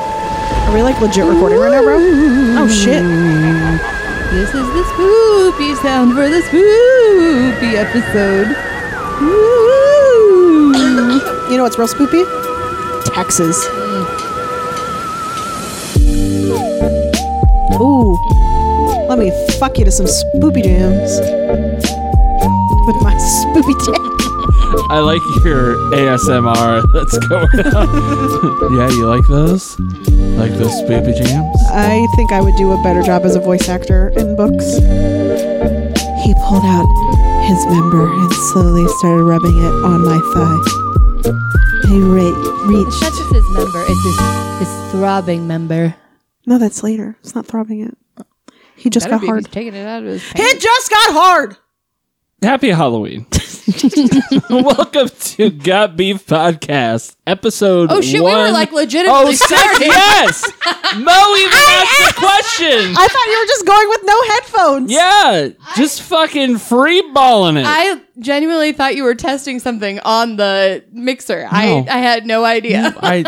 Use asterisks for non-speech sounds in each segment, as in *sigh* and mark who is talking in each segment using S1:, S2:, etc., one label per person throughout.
S1: Are we like legit recording right now, bro? Oh shit.
S2: This is the spoopy sound for the spoopy episode. Ooh.
S1: You know what's real spoopy? Taxes. Ooh. Let me fuck you to some spoopy jams. With my spoopy dick.
S3: I like your ASMR. Let's go. *laughs* yeah, you like those? Like those baby jams?
S1: I think I would do a better job as a voice actor in books. He pulled out his member and slowly started rubbing it on my thigh. He re-
S2: It's
S1: reached.
S2: not just his member, it's his, his throbbing member.
S1: No, that's later. It's not throbbing it. He just got hard.
S2: taking it out of his
S1: It just got hard.
S3: Happy *laughs* Halloween. Welcome to Got Beef Podcast, episode
S2: Oh shit, we were like
S3: Oh,
S2: legitimately
S3: six,
S2: starting.
S3: yes! Mo even asked the question!
S1: I thought you were just going with no headphones.
S3: yeah, just fucking free balling it.
S2: I genuinely thought you were testing something on the mixer. I,
S3: No.
S2: I had no *laughs* idea.
S3: I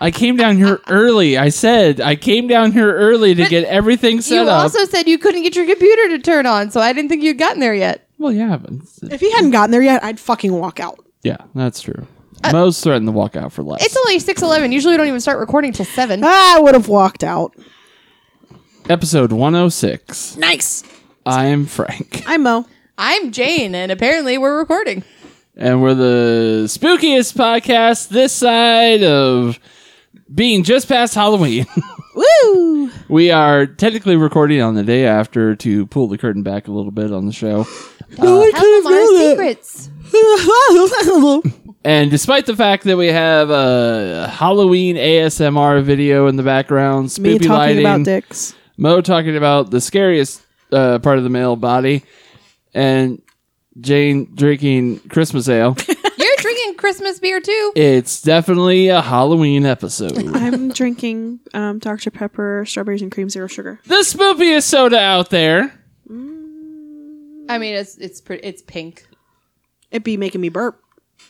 S3: I came down here early. I said I came down here early to get everything set
S2: You
S3: up.
S2: also said you couldn't get your computer to turn on, so I didn't think you'd gotten there yet.
S3: well, yeah, but it's-
S1: If he hadn't gotten there yet, I'd fucking walk out.
S3: yeah, that's true.
S1: Uh,
S3: Mo's threatened to walk out for less.
S2: It's only 6.11. Usually we don't even start recording till 7.
S1: I would have walked out.
S3: Episode 106.
S1: Nice.
S3: I am Frank,
S1: I'm Mo.
S2: I'm Jane, and apparently we're recording.
S3: and we're the spookiest podcast this side of being just past Halloween. *laughs*
S1: Woo!
S3: we are technically recording on the day after to pull the curtain back a little bit on the show.
S2: Tell them our secrets.
S1: *laughs*
S3: And despite the fact that we have a Halloween ASMR video in the background, spoopy
S1: Me talking
S3: lighting,
S1: about dicks.
S3: Mo talking about the scariest uh, part of the male body, and Jane drinking Christmas ale,
S2: You're drinking Christmas beer too.
S3: it's definitely a
S1: *laughs*
S3: Halloween episode.
S1: I'm drinking um, Dr. Pepper, strawberries and cream, zero sugar.
S3: the spoopiest soda out there.
S2: I mean, it's it's pretty, it's pink.
S1: It'd be making me burp.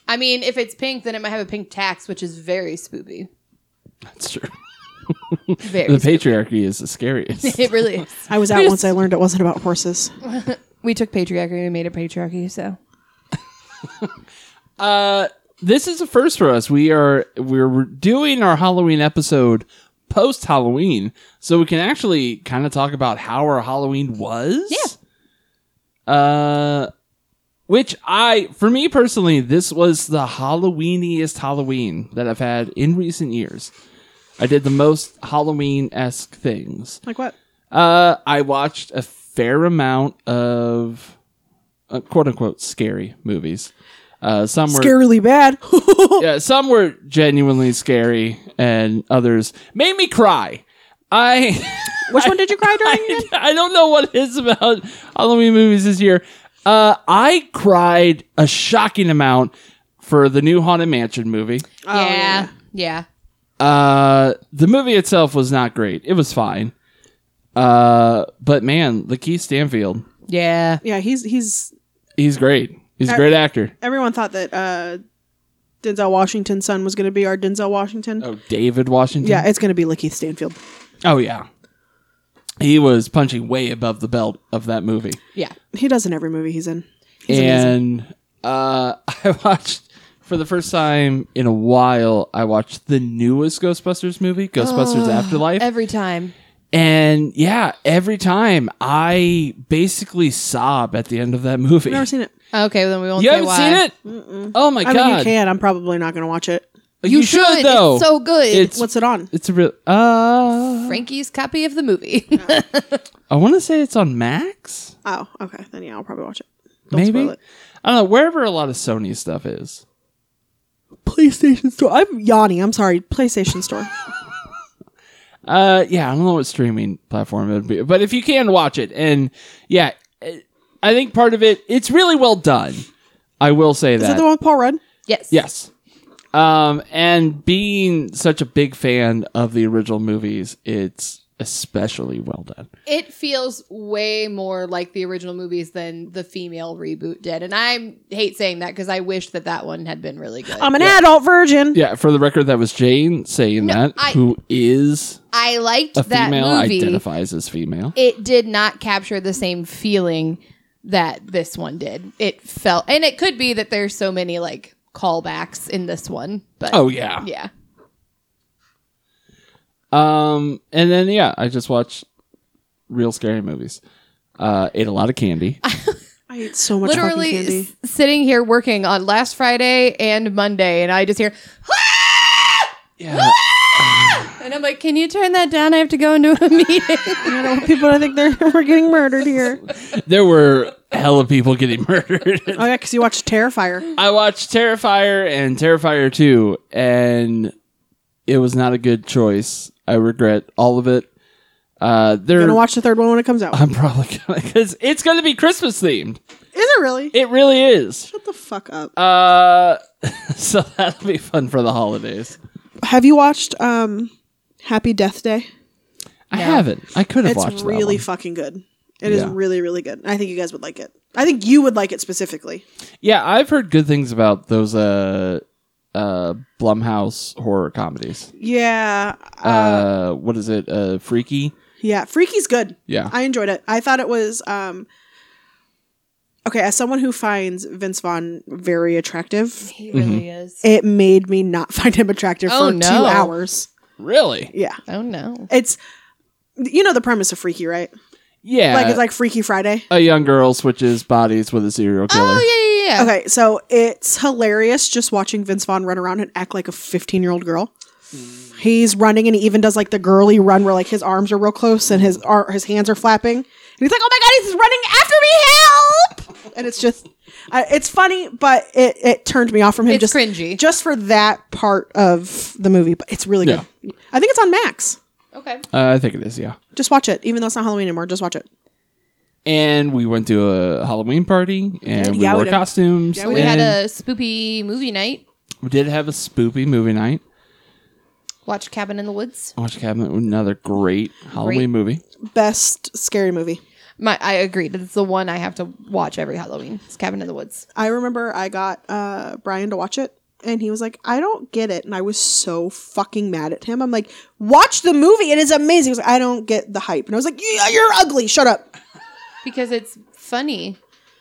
S2: I mean, if it's pink, then it might have a pink tax, which is very spoopy.
S3: That's true.
S2: Very.
S3: The patriarchy is the
S2: *laughs*
S3: scariest.
S2: it really is.
S1: I was out once I learned it wasn't about horses.
S2: We took patriarchy and made it patriarchy. So
S3: this is a first for us. We are we're doing our Halloween episode post Halloween, so we can actually kind of talk about how our Halloween was. Yeah. Uh, which I, for me personally, this was the Halloweeniest Halloween that I've had in recent years. I did the most Halloween esque things.
S1: Like what?
S3: Uh, I watched a fair amount of uh, quote unquote scary movies. Uh, some were
S1: Scarily bad. *laughs*
S3: yeah, some were genuinely scary, and others made me cry. I
S1: Which one did you cry during?
S3: *laughs* I, I don't know what it is about Halloween movies this year. Uh, I cried a shocking amount for the new Haunted Mansion movie.
S2: yeah, yeah.
S3: Uh, the movie itself was not great; it was fine. Uh, but man, Lakeith Stanfield,
S2: Yeah.
S1: *laughs* Yeah, he's he's.
S3: he's great. He's a great
S1: Uh,
S3: actor.
S1: Everyone thought that uh, Denzel Washington's son was going to be our Denzel Washington.
S3: Oh, David Washington.
S1: Yeah, it's going to be Lakeith Stanfield.
S3: Oh yeah. He was punching way above the belt of that movie.
S2: Yeah.
S1: He does in every movie he's in. He's amazing.
S3: and uh, *laughs* I watched for the first time in a while. I watched the newest Ghostbusters movie, Ghostbusters Afterlife,
S2: Every time.
S3: and yeah, every time I basically sob at the end of that movie.
S1: Never seen it.
S2: Okay, well, then we won't
S3: *laughs* you
S2: say
S3: haven't
S2: why.
S3: seen it? Oh my
S1: I
S3: god!
S1: mean, you can. I'm probably not going to watch it.
S2: You should. It's
S3: though.
S2: so good.
S3: It's
S1: What's it on?
S3: it's a real. Uh,
S2: Frankie's copy of the *laughs* movie.
S3: I want to say it's on Max.
S1: Oh, okay. Then yeah, I'll probably watch it.
S3: maybe
S1: spoil it.
S3: I don't know. Wherever a lot of Sony stuff is.
S1: PlayStation Store. I'm yawning. I'm sorry. PlayStation Store.
S3: Uh, yeah, I don't know what streaming platform it would be, but if you can watch it, and yeah, it- I think part of it, it's really well done. I will say
S1: Is
S3: that.
S1: that the one with Paul Rudd?
S2: yes.
S3: yes. Um, and being such a big fan of the original movies, it's especially well done.
S2: It feels way more like the original movies than the female reboot did, and I hate saying that because I wish that that one had been really good.
S1: I'm an adult virgin.
S3: Yeah, for the record, that was Jane saying that,
S2: I-
S3: who is
S2: I liked
S3: a
S2: that
S3: female,
S2: movie.
S3: identifies as female.
S2: It did not capture the same feeling that this one did. It felt, and it could be that there's so many like callbacks in this one, but
S3: oh yeah.
S2: yeah,
S3: Um, and then yeah, I just watch real scary movies. Uh, ate a lot of candy.
S1: I ate so much
S2: literally
S1: fucking candy.
S2: s- sitting here working on last Friday and Monday, and I just hear.
S3: yeah,
S2: And I'm like, can you turn that down? I have to go into a *laughs* meeting.
S1: I don't want people to think they're *laughs* we're getting murdered here.
S3: there were hella people getting *laughs* murdered.
S1: Oh yeah, because you watched Terrifier.
S3: I watched Terrifier and Terrifier 2, and it was not a good choice. I regret all of it. Uh, they're
S1: Gonna watch the third one when it comes out.
S3: *laughs* I'm probably gonna because it's gonna be Christmas themed.
S1: Is it really?
S3: It really is.
S1: Shut the fuck up.
S3: Uh, *laughs* so that'll be fun for the holidays.
S1: Have you watched um Happy Death Day?
S3: I haven't. I could have watched
S1: It's really
S3: that
S1: fucking good. It is
S3: Yeah.
S1: really really good. I think you guys would like it. I think you would like it specifically.
S3: one. Yeah, I've heard good things about those uh uh Blumhouse horror comedies.
S1: Yeah.
S3: Uh, what is it? Uh, Freaky.
S1: Yeah, Freaky's good.
S3: Yeah.
S1: I enjoyed it. I thought it was um Okay, as someone who finds Vince Vaughn very attractive,
S2: he really is.
S1: it made me not *laughs* find him attractive
S2: Oh,
S1: for
S2: no.
S1: 2 hours.
S3: Really?
S1: Yeah.
S2: Oh no.
S1: It's you know the premise of Freaky, right?
S3: Yeah.
S1: like it's like Freaky Friday.
S3: a young girl switches bodies with a serial killer.
S2: Oh yeah, yeah, yeah.
S1: Okay, so it's hilarious just watching Vince Vaughn run around and act like a 15 year old girl. He's running and he even does like the girly run where like his arms are real close and his ar- his hands are flapping and he's like, "Oh my god, he's running after me! Help!" And it's just, I it's funny, but it it turned me off from him.
S2: It's
S1: just
S2: cringy.
S1: just for that part of the movie. But it's really good. I think it's on Max.
S2: Okay.
S3: Uh, I think it is. Yeah.
S1: Just watch it, even though it's not Halloween anymore. Just watch it.
S3: And we went to a Halloween party and we
S1: Yeah, we
S3: wore
S1: did.
S3: costumes.
S2: We had
S3: and
S2: a spoopy movie night.
S3: we did have a spoopy movie night.
S2: Watch Cabin in the Woods.
S3: I watched Cabinet, another great Halloween
S2: Great.
S3: movie.
S1: Best scary movie.
S2: My, I agree. That's the one I have to watch every Halloween. It's Cabin in the Woods.
S1: I remember I got uh, Brian to watch it, and he was like, "I don't get it," and I was so fucking mad at him. I'm like, "Watch the movie; it is amazing." He was like, "I don't get the hype," and I was like, "Yeah, you're ugly. Shut up."
S2: Because it's funny.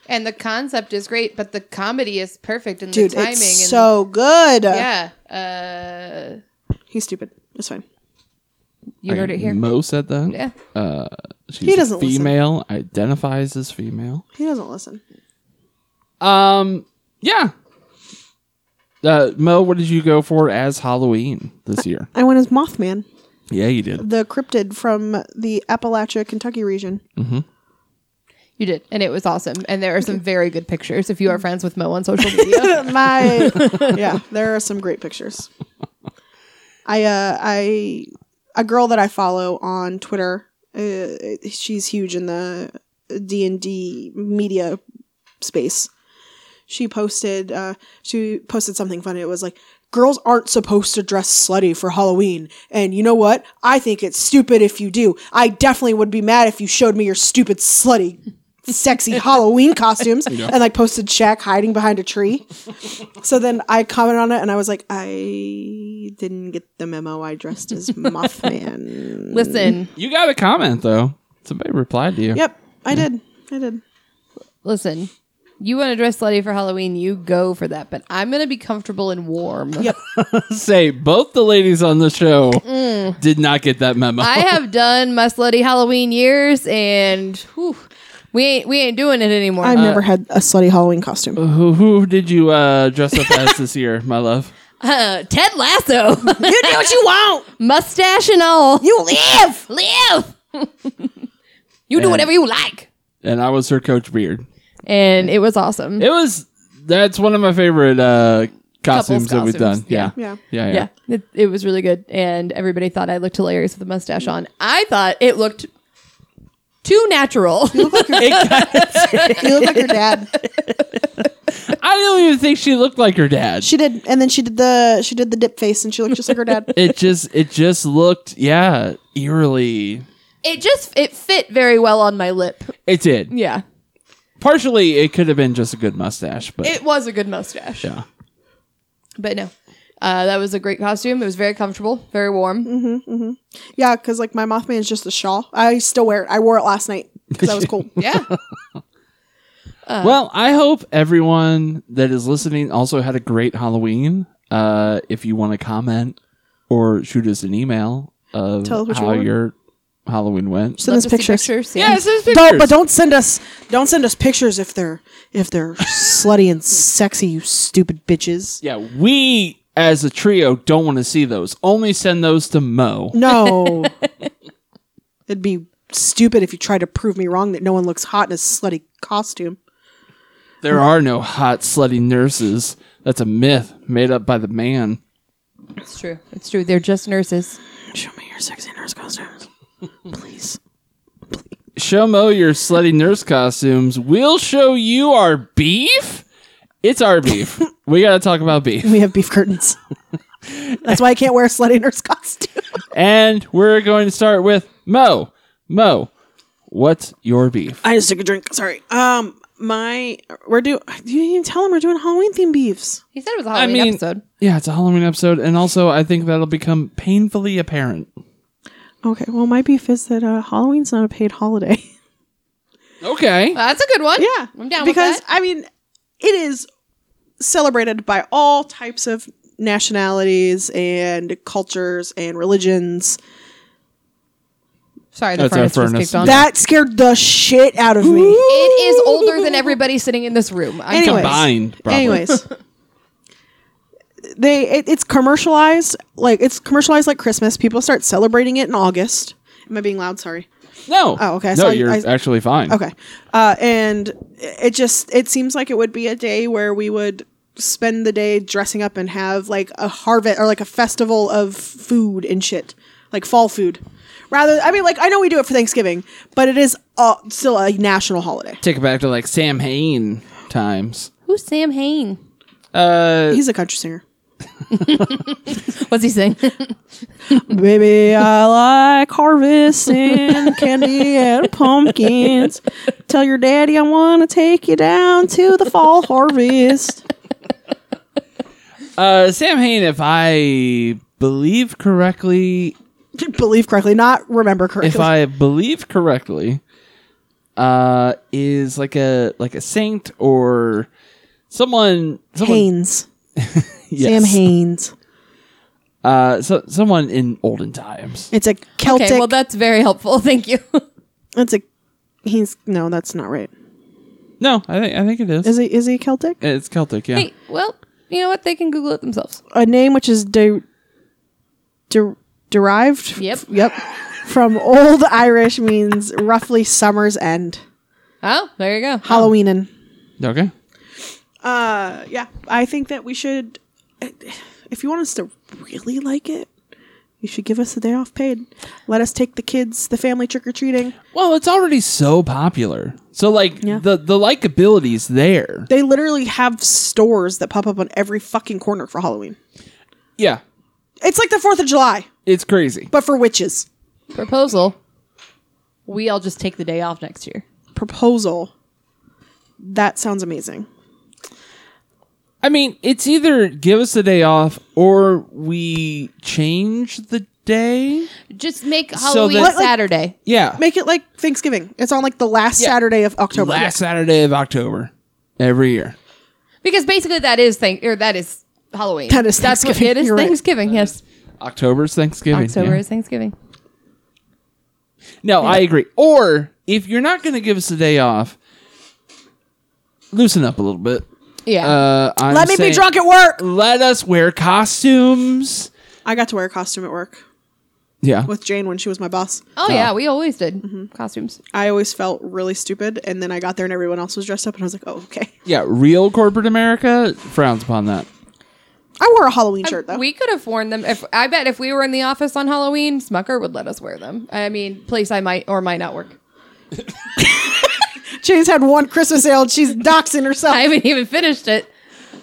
S2: And the concept is great, but the comedy is perfect and
S1: Dude,
S2: the timing
S1: it's
S2: and
S1: so good.
S2: yeah. Uh,
S1: he's stupid. It's fine.
S2: you heard it here.
S3: Mo said that.
S2: Yeah.
S3: Uh, she's
S1: He doesn't listen.
S3: female, identifies as female.
S1: He doesn't listen.
S3: Um, yeah. Uh, Mo, what did you go for as Halloween this year?
S1: I went as Mothman,
S3: Yeah, you did.
S1: the cryptid from the Appalachia, Kentucky region.
S2: You did, and it was awesome. And there are some very good pictures if you are friends with Mo on
S1: *laughs*
S2: social media.
S1: My yeah, there are some great pictures. I uh I a girl that I follow on Twitter. Uh, she's huge in the D and D media space. She posted uh she posted something funny. It was like girls aren't supposed to dress slutty for Halloween. And you know what? I think it's stupid if you do. I definitely would be mad if you showed me your stupid slutty sexy Halloween costumes and like posted Shaq hiding behind a tree. So then I commented on it and I was like, I didn't get the memo. I dressed as Mothman.
S2: listen,
S3: You got a comment, though. Somebody replied to you.
S1: Yep, I did. I did.
S2: listen. You want to dress slutty for Halloween? You go for that. But I'm gonna be comfortable and warm. Yep.
S3: Say, both the ladies on the show did not get that memo.
S2: Mm. I have done my slutty Halloween years, and whew, we ain't we ain't doing it anymore.
S1: I've never had a slutty Halloween costume.
S3: who, who did you uh, dress up as this year, my love?
S2: Uh, Ted Lasso, *laughs*
S1: you do what you *laughs* want.
S2: mustache and all.
S1: You live.
S2: live. *laughs* you do
S3: Yeah.
S2: whatever you like,
S3: And I was her coach beard.
S2: and it was awesome.
S3: It was that's one of my favorite uh costumes, that we've
S2: costumes,
S3: done. Yeah.
S1: yeah.
S3: Yeah. Yeah.
S2: yeah, it, it was really good, and everybody thought I looked hilarious with a mustache on. I thought it looked *laughs* too natural.
S1: You look like your dad.
S3: I don't even think she looked like her dad.
S1: She did, and then she did the she did the dip face, and she looked just like her dad.
S3: it just it just looked yeah eerily.
S2: It just it fit very well on my lip.
S3: It did.
S2: Yeah.
S3: Partially, it could have been just a good mustache, but
S2: It was a good mustache.
S3: yeah.
S2: But no. Uh, that was a great costume. It was very comfortable, very warm.
S1: *laughs* Yeah, because like my Mothman is just a shawl. I still wear it. I wore it last night because that was cool.
S2: *laughs* Yeah.
S1: Uh,
S3: well, I hope everyone that is listening also had a great Halloween. Uh, if you want to comment or shoot us an email of
S1: Tell us what you
S3: how
S1: want.
S3: your Halloween
S1: *laughs*
S3: went.
S1: Send us
S2: Just the
S1: pictures.
S2: Yeah.
S3: send us
S1: Don't,
S3: pictures.
S1: but don't send us don't send us pictures if they're if they're slutty and sexy, you stupid bitches.
S3: Yeah, we as a trio don't want to see those. Only send those to Mo.
S1: *laughs* No, it'd be stupid if you tried to prove me wrong that no one looks hot in a slutty costume.
S3: There are no hot, slutty nurses. That's a myth made up by the man.
S2: It's true. It's true. They're just nurses.
S1: Show me your sexy nurse costumes, please.
S3: Show Mo your slutty nurse costumes. We'll show you our beef. It's
S1: *laughs*
S3: our beef. we got to talk about beef.
S1: We have beef curtains. That's why I can't wear a slutty nurse costume.
S3: And we're going to start with Mo. Mo, what's your beef?
S1: *laughs* I just took a drink. Sorry. Um, my we're do. You didn't even tell him we're doing Halloween themed beefs.
S2: He said it was a Halloween
S3: mean-
S2: episode.
S3: Yeah, it's a Halloween episode. And also, I think that'll become painfully apparent.
S1: Okay. Well, my beef is that uh, Halloween's not a paid holiday. Uh,
S3: Okay.
S2: Well, that's a good one.
S1: Yeah,
S2: I'm down with
S1: because
S2: that.
S1: I mean, it is celebrated by all types of nationalities and cultures and religions.
S2: Sorry, the
S3: That's our
S2: furnace, just
S3: furnace.
S2: kicked on.
S1: That scared the shit out of me.
S2: it is older than everybody sitting in this room. I'm
S1: Anyway.
S2: sorry.
S3: Combined, probably.
S1: Anyways, they it, it's commercialized like it's commercialized like Christmas. People start celebrating it in August. Am I being loud? Sorry.
S3: No.
S1: Oh, okay.
S3: No,
S1: So I-
S3: you're
S1: I-
S3: actually fine.
S1: Okay. Uh, and it just it seems like it would be a day where we would spend the day dressing up and have like a harvest or like a festival of food and shit, like fall food. Rather, I mean, like I know we do it for Thanksgiving, but it is uh, still a national holiday.
S3: Take it back to like Sam Hain times.
S2: Who's Sam Hain?
S3: Uh,
S1: He's a country singer.
S2: What's he *laughs* saying?
S1: Baby, I like *laughs* harvesting candy and pumpkins. Tell your daddy I want to take you down to the fall harvest.
S3: uh, Sam Hain, if I believe correctly,
S1: Believe correctly, not remember correctly.
S3: if I believe correctly, uh, is like a like a saint or someone. someone
S1: Haynes.
S3: yes.
S1: Sam Haynes.
S3: Uh, so someone in olden times.
S1: It's a Celtic.
S2: okay, well, that's very helpful. *laughs* Thank you.
S1: it's a. He's no, that's not right.
S3: No, I think I think it is.
S1: Is he? Is he Celtic?
S3: It's Celtic. Yeah.
S2: Hey, well, you know what? They can Google it themselves.
S1: A name which is de, de, derived.
S2: Yep.
S1: Yep. From Old Irish means roughly summer's end,
S2: Oh, there you go.
S1: Halloweenin.
S3: Okay.
S1: Uh, yeah. I think that we should. If you want us to really like it, you should give us a day off paid. Let us take the kids, the family trick or treating.
S3: Well, it's already so popular. So like the the likability's there.
S1: They literally have stores that pop up on every fucking corner for Halloween.
S3: Yeah.
S1: It's like the Fourth of July,
S3: It's crazy.
S1: but for witches.
S2: Proposal. We all just take the day off next year.
S1: Proposal. That sounds amazing.
S3: I mean, it's either give us a day off or we change the day.
S2: Just make
S3: So
S2: Halloween
S3: that-
S2: Saturday.
S3: Yeah.
S1: Make it like Thanksgiving. It's on like the last
S3: Yeah.
S1: Saturday of October.
S3: Last Saturday of October every year.
S2: Because basically that is thank or that is Halloween.
S1: That is
S2: That's what it *laughs*
S1: Thanksgiving.
S2: is
S1: You're right.
S2: Thanksgiving, yes.
S3: October's Thanksgiving.
S2: October
S3: yeah.
S2: is Thanksgiving.
S3: No, I agree. Or if you're not going to give us a day off, loosen up a little bit.
S2: Yeah.
S3: Uh, I'm
S1: Let me
S3: saying-
S1: be drunk at work.
S3: Let us wear costumes.
S1: I got to wear a costume at work
S3: Yeah.
S1: with Jane when she was my boss.
S2: oh yeah, we always did Mm-hmm. costumes.
S1: I always felt really stupid, and then I got there and everyone else was dressed up, and I was like, "Oh, okay."
S3: Yeah. Real corporate America frowns upon that.
S1: I wore a Halloween shirt though.
S2: We could have worn them if I bet if we were in the office on Halloween, Smucker would let us wear them. I mean, place I might or might not work. *laughs*
S1: Jane's had one Christmas ale, and she's doxing herself.
S2: I haven't even finished it.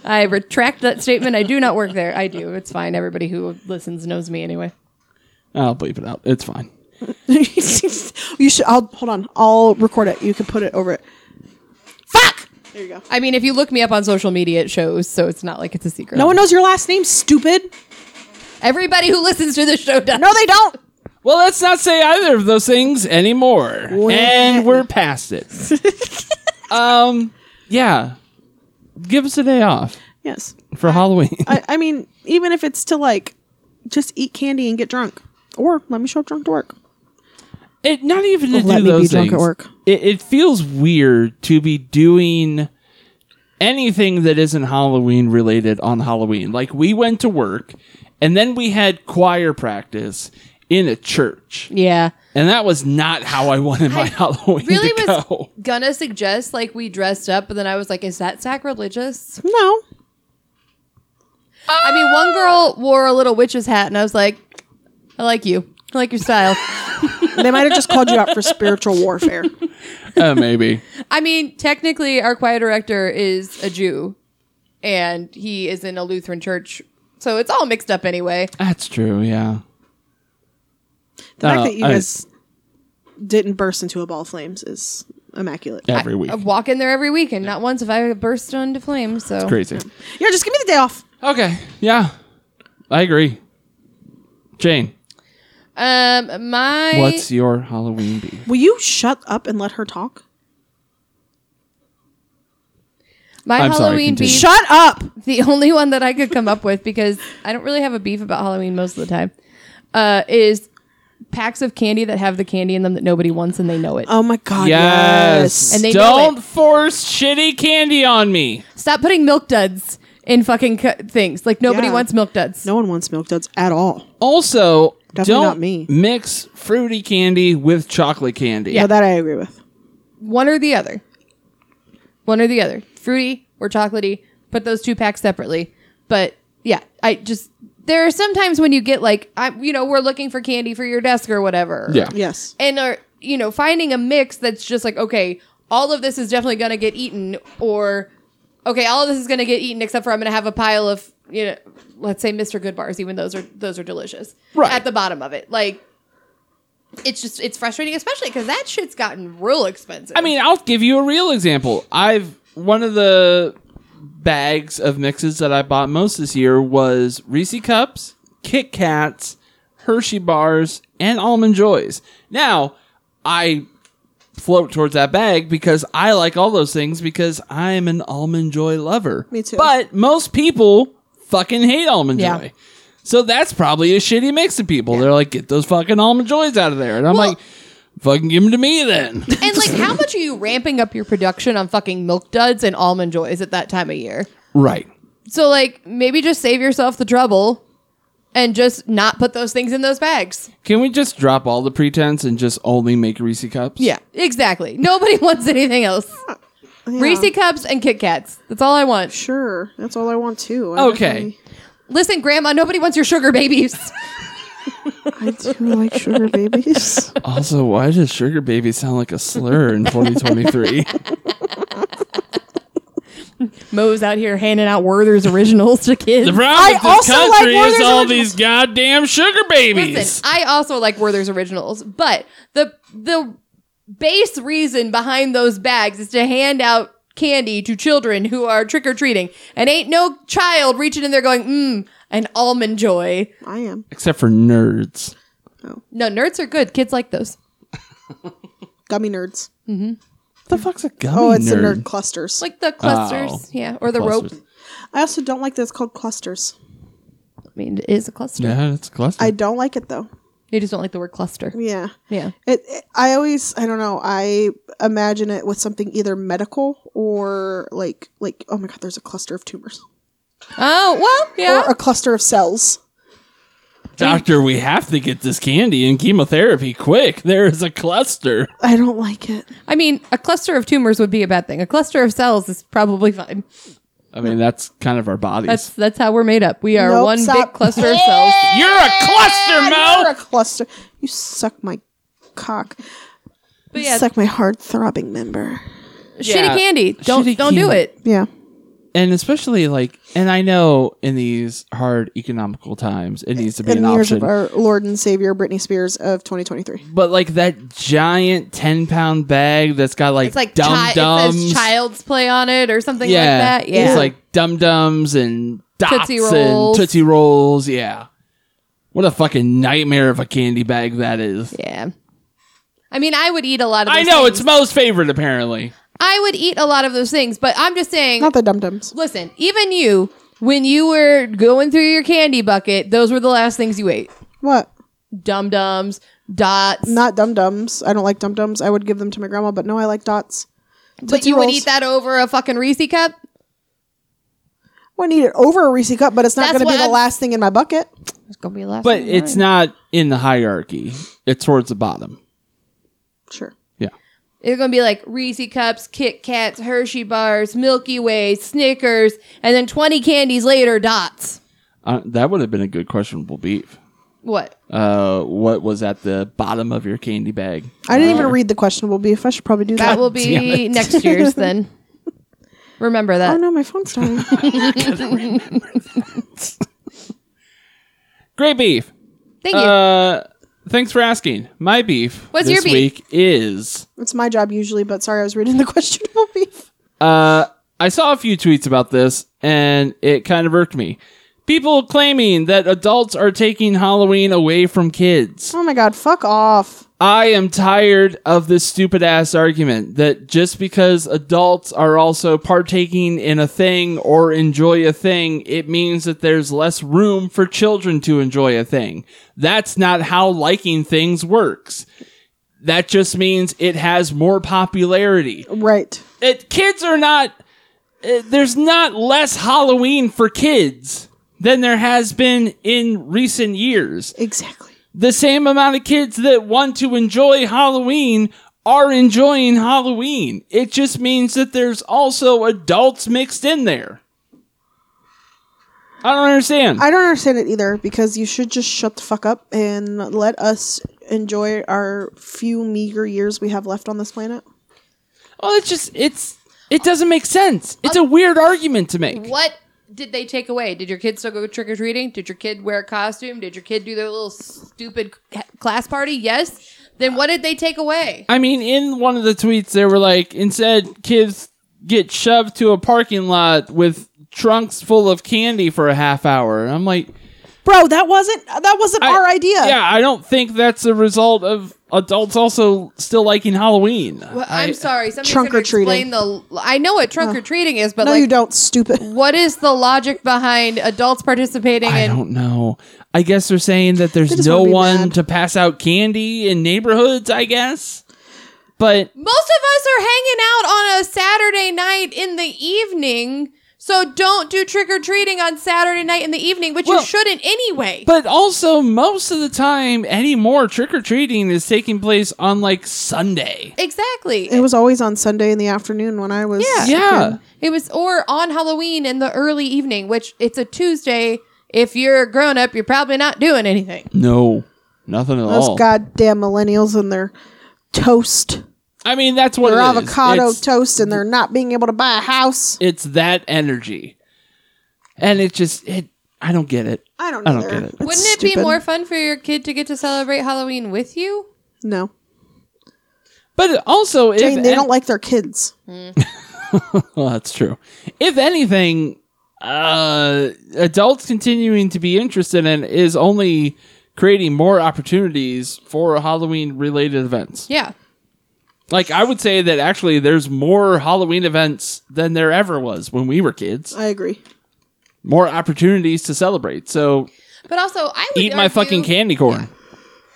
S2: I retract that statement. I do not work there. I do. It's fine. Everybody who listens knows me anyway.
S3: I'll bleep it out. It's fine.
S1: *laughs* you should. I'll hold on. I'll record it. You can put it over it. Fuck. There you go.
S2: I mean, if you look me up on social media, it shows, so it's not like it's a secret.
S1: No one knows your last name. Stupid.
S2: Everybody who listens to this show does.
S1: No, they don't.
S3: Well, let's not say either of those things anymore. And we're
S1: *laughs*
S3: past it. um, yeah. Give us a day off
S1: Yes.
S3: for Halloween.
S1: I, I mean, even if it's to like, just eat candy and get drunk, or let me show up drunk to work.
S3: It not even to
S1: Let
S3: do
S1: me be
S3: those
S1: drunk at
S3: things.
S1: work.
S3: It, it feels weird to be doing anything that isn't Halloween related on Halloween. Like we went to work, and then we had choir practice in a church,
S2: Yeah.
S3: and that was not how I wanted my Halloween
S2: Really
S3: to
S2: was
S3: go. *laughs*
S2: gonna suggest like we dressed up, but then I was like, is that sacrilegious?
S1: No.
S2: I mean, one girl wore a little witch's hat, and I was like, I like you. I like your style.
S1: They might have just called you out for spiritual warfare.
S3: Uh, maybe.
S2: I mean, technically, our choir director is a Jew, and he is in a Lutheran church, so it's all mixed up anyway.
S3: That's true. Yeah.
S1: The fact
S3: Uh,
S1: that you
S3: I-
S1: guys didn't burst into a ball of flames is immaculate. Yeah.
S3: Every week.
S2: I walk in there every week, and not once have I burst into flames. So
S3: Crazy.
S1: just give me the day off.
S3: Okay. Yeah. I agree. Jane,
S2: Um, my
S3: what's your Halloween be?
S1: Will you shut up and let her talk?
S2: my
S3: I'm sorry,
S2: Halloween
S3: continue.
S2: beef,
S1: Shut up.
S2: the only one that I could come up with because I don't really have a beef about Halloween most of the time, uh, is packs of candy that have the candy in them that nobody wants and they know it.
S1: Oh my god.
S3: Yes.
S1: Yes.
S2: And they know
S3: Don't
S2: it.
S3: force shitty candy on me.
S2: Stop putting milk duds in fucking cu- things. Like nobody
S1: Yeah.
S2: wants milk duds.
S1: No one wants milk duds at all.
S3: Also,
S1: Definitely
S3: don't
S1: not me.
S3: mix fruity candy with chocolate candy.
S1: Yeah, that I agree with.
S2: One or the other. One or the other. Fruity or chocolatey. Put those two packs separately. But yeah, I just there are sometimes when you get like I you know we're looking for candy for your desk or whatever.
S3: Yeah.
S1: Yes.
S2: and are you know finding a mix that's just like okay all of this is definitely gonna get eaten or okay all of this is gonna get eaten except for i'm gonna have a pile of you know let's say mr good bars even those are those are delicious
S3: Right.
S2: at the bottom of it like it's just it's frustrating especially because that shit's gotten real expensive
S3: I mean, I'll give you a real example. I've one of the bags of mixes that I bought most this year was Reese cups, Kit Kats, Hershey bars, and almond joys. Now, I float towards that bag because I like all those things because I'm an almond joy lover.
S1: Me too.
S3: But most people fucking hate almond
S2: Yeah.
S3: joy. So that's probably a shitty mix of people. They're like, get those fucking almond joys out of there. And I'm
S2: Well-
S3: like, fucking give them to me then.
S2: and like how much are you ramping up your production on fucking milk duds and almond joys at that time of year
S3: right.
S2: so like maybe just save yourself the trouble and just not put those things in those bags
S3: Can we just drop all the pretense and just only make Reese cups?
S2: Yeah, exactly. Nobody *laughs* wants anything else.
S1: Yeah.
S2: Reese cups and Kit Kats. That's all I want.
S1: Sure. That's all I want too. I
S3: Okay.
S2: Listen, Grandma, nobody wants your sugar babies.
S1: definitely- I do like sugar babies. *laughs*
S3: Also, why does sugar baby sound like a slur *laughs* in 2023?
S2: *laughs* Moe's out here handing out Werther's originals to kids.
S1: I with this also like country is Werther's all Originals.
S3: these goddamn sugar babies.
S2: Listen, I also like Werther's originals, but the the base reason behind those bags is to hand out candy to children who are trick or treating, and ain't no child reaching in there going, "Mmm, an almond joy."
S1: I am.
S3: Except for nerds.
S2: No, nerds are good. Kids like those.
S1: Gummy nerds.
S3: What the fuck's a gummy
S1: Oh, it's the
S3: nerd?
S1: nerd clusters.
S2: Like the clusters,
S3: Oh.
S2: yeah, or the rope.
S3: Clusters.
S1: I also don't like that it's called clusters.
S2: I mean, it is a cluster.
S3: Yeah, it's a cluster.
S1: I don't like it though.
S2: You just don't like the word cluster.
S1: Yeah.
S2: Yeah.
S1: It, it- I always I don't know I imagine it with something either medical or like like oh my god there's a cluster of tumors
S2: Oh, well, yeah.
S1: or a cluster of cells
S3: Doctor, we have to get this candy and chemotherapy quick. There is a cluster.
S1: I don't like it
S2: I mean, a cluster of tumors would be a bad thing. A cluster of cells is probably fine.
S3: I mean, that's kind of our bodies.
S2: That's that's how we're made up. We are
S1: Nope,
S2: one big
S1: stop.
S2: cluster of cells.
S3: You're a cluster,
S1: or
S3: Mo!
S1: a cluster you suck my cock
S2: But yeah,
S1: suck my hard throbbing member
S2: shitty candy. Don't
S3: Shitty
S2: don't do
S3: candy.
S2: it.
S1: yeah
S3: and especially like, and I know in these hard economical times, it needs to be
S1: in
S3: an
S1: the years
S3: option.
S1: of our Lord and Savior Britney Spears of 2023.
S3: But like that giant ten pound bag that's got like,
S2: It's like
S3: dum
S2: chi- it
S3: dums,
S2: says child's play on it or something
S3: yeah,
S2: like that. Yeah.
S3: it's like dum dums and dots
S2: Tootsie
S3: and
S2: Rolls.
S3: tootsie rolls. Yeah, what a fucking nightmare of a candy bag that is.
S2: yeah. I mean, I would eat a lot of. Those
S3: I know
S2: things.
S3: it's most favorite apparently.
S2: I would eat a lot of those things, but I'm just saying.
S1: Not the dum dums.
S2: listen, even you, when you were going through your candy bucket, those were the last things you ate.
S1: What?
S2: Dum dums, dots.
S1: Not dum dums. I don't like dum dums. I would give them to my grandma, but no, I like dots.
S2: but you would
S1: Rolls.
S2: eat that over a fucking Reese cup.
S1: Well, I need it over a Reese cup, but it's not
S2: That's
S1: going to be
S2: what
S1: the
S2: I'm-
S1: last thing in my bucket.
S2: It's gonna be the last.
S3: But
S2: one.
S3: it's not in the hierarchy. It's towards the bottom.
S1: Sure.
S3: Yeah.
S2: It's gonna be like Reese cups, Kit Kats, Hershey bars, Milky Way, Snickers, and then 20 candies later, dots.
S3: Uh, that would have been a good questionable beef. *laughs*
S2: What?
S3: Uh, what was at the bottom of your candy bag?
S1: I didn't even read the questionable beef. I should probably do that.
S2: That will
S3: damn
S2: be
S3: it.
S2: next year's then. Remember
S1: oh
S2: that.
S1: no, my phone's dying.
S3: Great beef.
S2: Thank you.
S3: Uh, thanks for asking. My beef
S2: What's
S3: this
S2: your beef?
S3: week is
S1: it's my job usually, but sorry, I was reading the *laughs* questionable beef.
S3: uh, I saw a few tweets about this and it kind of irked me. People claiming that adults are taking Halloween away from kids.
S1: Oh my god, fuck off.
S3: I am tired of this stupid ass argument that just because adults are also partaking in a thing or enjoy a thing, it means that there's less room for children to enjoy a thing. That's not how liking things works. That just means it has more popularity.
S1: Right.
S3: It, kids are not, uh, there's not less Halloween for kids than there has been in recent years
S1: Exactly.
S3: the same amount of kids that want to enjoy Halloween are enjoying Halloween. It just means that there's also adults mixed in there. I don't understand.
S1: I don't understand it either because you should just shut the fuck up and let us enjoy our few meager years we have left on this planet.
S3: well, it's just it's it doesn't make sense. It's a weird argument to make.
S2: what did they take away? Did your kid still go trick or treating? Did your kid wear a costume? Did your kid do their little stupid c- class party? Yes. Then what did they take away?
S3: I mean, in one of the tweets, they were like, instead, kids get shoved to a parking lot with trunks full of candy for a half hour. And I'm like,
S1: Bro, that wasn't that wasn't
S3: I-
S1: our idea.
S3: Yeah, I don't think that's a result of adults also still liking Halloween.
S2: Well, I'm
S3: I-
S2: sorry. Somebody's
S1: Trunk
S2: gonna
S1: or treating.
S2: Explain the. I know what trunk or treating is, but
S1: No,
S2: like,
S1: you don't, stupid.
S2: what is the logic behind adults participating
S3: I
S2: in?
S3: don't know. I guess they're saying that there's
S1: just
S3: no
S1: wanna be
S3: one
S1: mad.
S3: to pass out candy in neighborhoods, I guess.
S2: Most
S3: But
S2: of us are hanging out on a Saturday night in the evening, so don't do trick or treating on Saturday night in the evening, which
S3: Well-
S2: you shouldn't anyway.
S3: but also most of the time anymore trick or treating is taking place on like Sunday.
S2: exactly.
S1: It was always on Sunday in the afternoon when I was
S2: Yeah.
S3: Yeah.
S2: It was or on Halloween in the early evening, which it's a Tuesday. If you're a grown up, you're probably not doing anything.
S3: No. Nothing at
S1: Those
S3: all.
S1: goddamn millennials and their toast,
S3: I mean that's what
S1: their
S3: it is.
S1: avocado
S3: It's-
S1: toast, and they're not being able to buy a house.
S3: it's that energy. And it just it I don't get it.
S1: I don't.
S3: I don't
S1: either.
S3: get it.
S1: That's
S2: Wouldn't it be
S1: stupid.
S2: more fun for your kid to get to celebrate Halloween with you?
S1: No,
S3: But also if
S1: Jane, they
S3: an-
S1: don't like their kids.
S3: Well, that's true. If anything, uh, adults continuing to be interested in it is only creating more opportunities for Halloween related events.
S2: Yeah.
S3: Like, I would say that actually there's more Halloween events than there ever was when we were kids.
S1: I agree.
S3: More opportunities to celebrate. So,
S2: But also, I would
S3: eat my
S2: argue-
S3: fucking candy corn.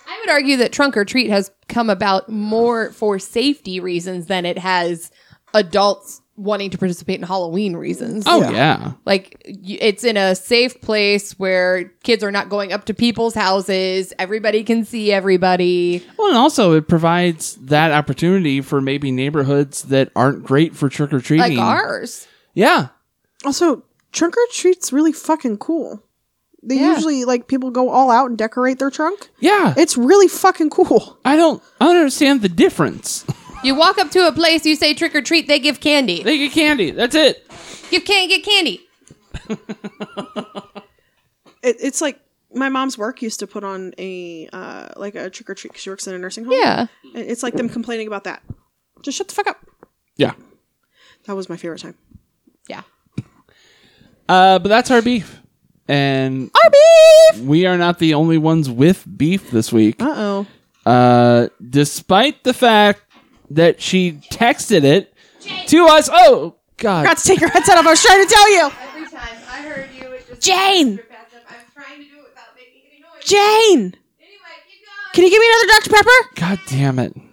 S2: I would argue that trunk or treat has come about more for safety reasons than it has adults wanting to participate in Halloween reasons.
S3: Oh,
S1: Yeah.
S3: yeah.
S2: Like y- it's in a safe place where kids are not going up to people's houses. Everybody can see everybody.
S3: Well, and also it provides that opportunity for maybe neighborhoods that aren't great for trick or treating.
S2: like ours.
S3: Yeah.
S1: Also, trunk or treat's really fucking cool. They
S2: Yeah.
S1: usually like people go all out and decorate their trunk.
S3: Yeah.
S1: It's really fucking cool.
S3: I don't I don't understand the difference. *laughs*
S2: You walk up to a place, you say trick or treat, they give candy.
S3: They get candy. That's it.
S2: you can't get candy.
S1: It, it's like my mom's work used to put on a uh, like a trick or treat. She works in a nursing home.
S2: Yeah.
S1: And it's like them complaining about that. Just shut the fuck up.
S3: Yeah.
S1: That was my favorite time.
S2: Yeah.
S3: Uh, but that's our beef. And
S2: Our beef.
S3: we are not the only ones with beef this week.
S1: Uh oh.
S3: Uh, despite the fact that she texted it to us. Oh, God.
S1: Forgot to take your headset off. I was trying to tell you.
S4: Every time I heard you, it just
S1: Jane!
S4: I'm trying to do it without making any noise.
S1: Jane,
S4: Anyway, keep going.
S1: can you give me another Dr. Pepper?
S3: God damn it.
S1: *laughs*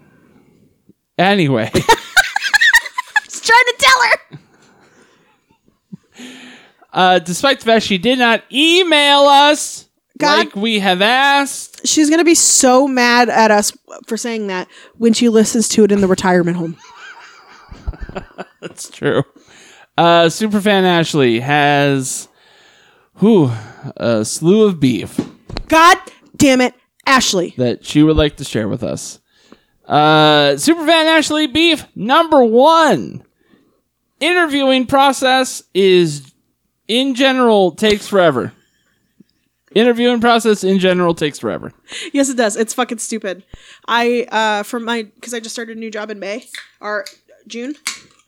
S3: Anyway,
S1: Just trying to tell her.
S3: uh, despite the fact she did not email us
S1: God.
S3: like we have asked,
S1: She's going to be so mad at us for saying that when she listens to it in the retirement home.
S3: that's true. Uh, Superfan Ashley has whew, a slew of beef
S1: God damn it, Ashley.
S3: that she would like to share with us. Uh, Superfan Ashley Beef number one. Interviewing process is, in general, takes forever. Interviewing process in general takes forever.
S1: Yes, it does. It's fucking stupid. I, uh, from my, because I just started a new job in May or June,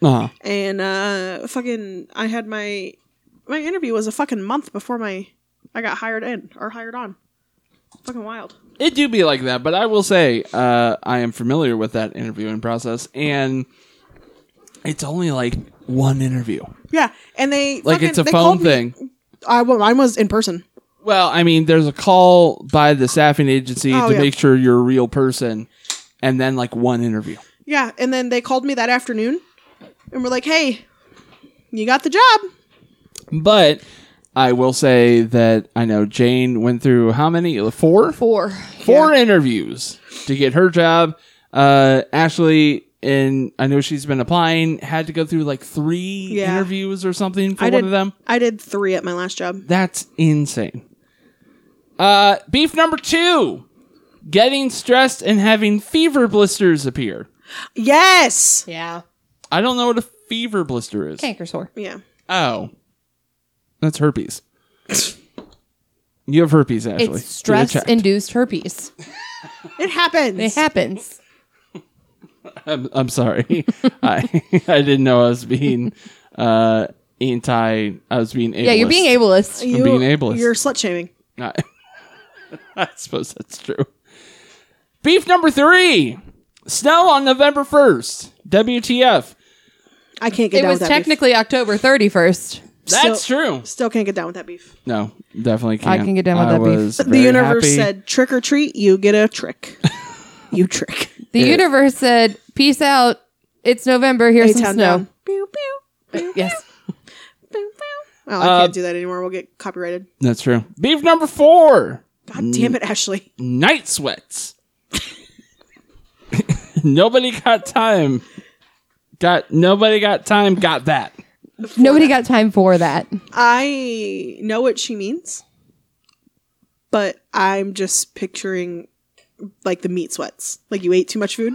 S3: Uh-huh.
S1: and, uh, fucking, I had my, my interview was a fucking month before my, I got hired in or hired on. Fucking wild.
S3: It do be like that, but I will say uh, I am familiar with that interviewing process, and it's only like one interview.
S1: Yeah. And they,
S3: Like
S1: fucking-
S3: it's a
S1: they
S3: phone
S1: called me-
S3: thing.
S1: I, well, mine was in person.
S3: Well, I mean, there's a call by the staffing agency
S1: Oh,
S3: to
S1: yeah.
S3: make sure you're a real person, and then like one interview.
S1: Yeah, and then they called me that afternoon and were like, "Hey, you got the job."
S3: But I will say that I know Jane went through how many? Four?
S2: Four.
S3: Four interviews to get her job. Uh, Ashley, and I know she's been applying, had to go through like three
S1: Yeah.
S3: interviews or something for
S1: I
S3: one
S1: did
S3: of them.
S1: I did 3 at my last job.
S3: That's insane. Uh, beef number two getting stressed and having fever blisters appear.
S1: Yes.
S2: Yeah.
S3: I don't know what a fever blister is.
S2: Canker sore.
S1: Yeah.
S3: Oh, that's herpes. *laughs* you have herpes, Ashley. Get it
S2: It's stress
S3: checked.
S2: induced herpes.
S1: It happens.
S2: It happens.
S3: I'm, I'm sorry. *laughs* I, I didn't know I was being uh, anti. I was being ableist.
S2: Yeah, you're being ableist.
S1: you,
S3: being ableist.
S1: You're slut shaming.
S3: I, *laughs* I suppose that's true. Beef number three. Snow on November 1st. WTF.
S1: I can't get
S2: It
S1: down
S2: was
S1: with that. beef.
S2: technically October 31st.
S3: That's
S1: Still-
S3: true.
S1: Still can't get down with that beef.
S3: No, definitely can't.
S2: can get down with
S3: I
S2: that beef.
S3: was
S1: the
S3: very
S1: universe
S3: happy.
S1: said, "Trick or treat, you get a
S3: *laughs*
S1: trick." you trick.
S2: The universe said, "Peace out. It's November. Here's some
S1: A-town
S2: snow."
S1: down. Pew, pew, pew,
S2: Yes.
S1: pew, pew. Oh, I
S3: Uh,
S1: can't do that anymore. We'll get copyrighted.
S3: That's true. Beef number four.
S1: God damn it, Ashley.
S3: Night sweats. *laughs* nobody got time. Got nobody got time. Got that.
S2: Nobody got time for that.
S1: I know what she means, but I'm just picturing like the meat sweats. Like you ate too much food.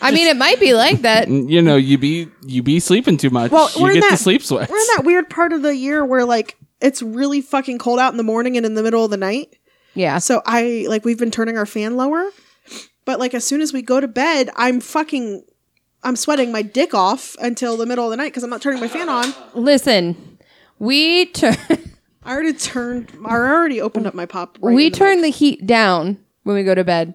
S2: I mean, it might be like
S3: *laughs*
S2: that.
S3: You know, you be you be sleeping too much.
S1: Well, we're
S3: you
S1: in
S3: get the
S1: that-
S3: sleep
S1: *laughs*
S3: sweats.
S1: We're in that weird part of the year where like it's really fucking cold out in the morning and in the middle of the night.
S2: Yeah.
S1: So I like we've been turning our fan lower, but like as soon as we go to bed, I'm fucking I'm sweating my dick off until the middle of the night because I'm not turning my fan on.
S2: Listen, we *laughs* turn
S1: I already turned. I already opened up my pop. right
S2: we
S1: into
S2: turn the heat down when we go to bed,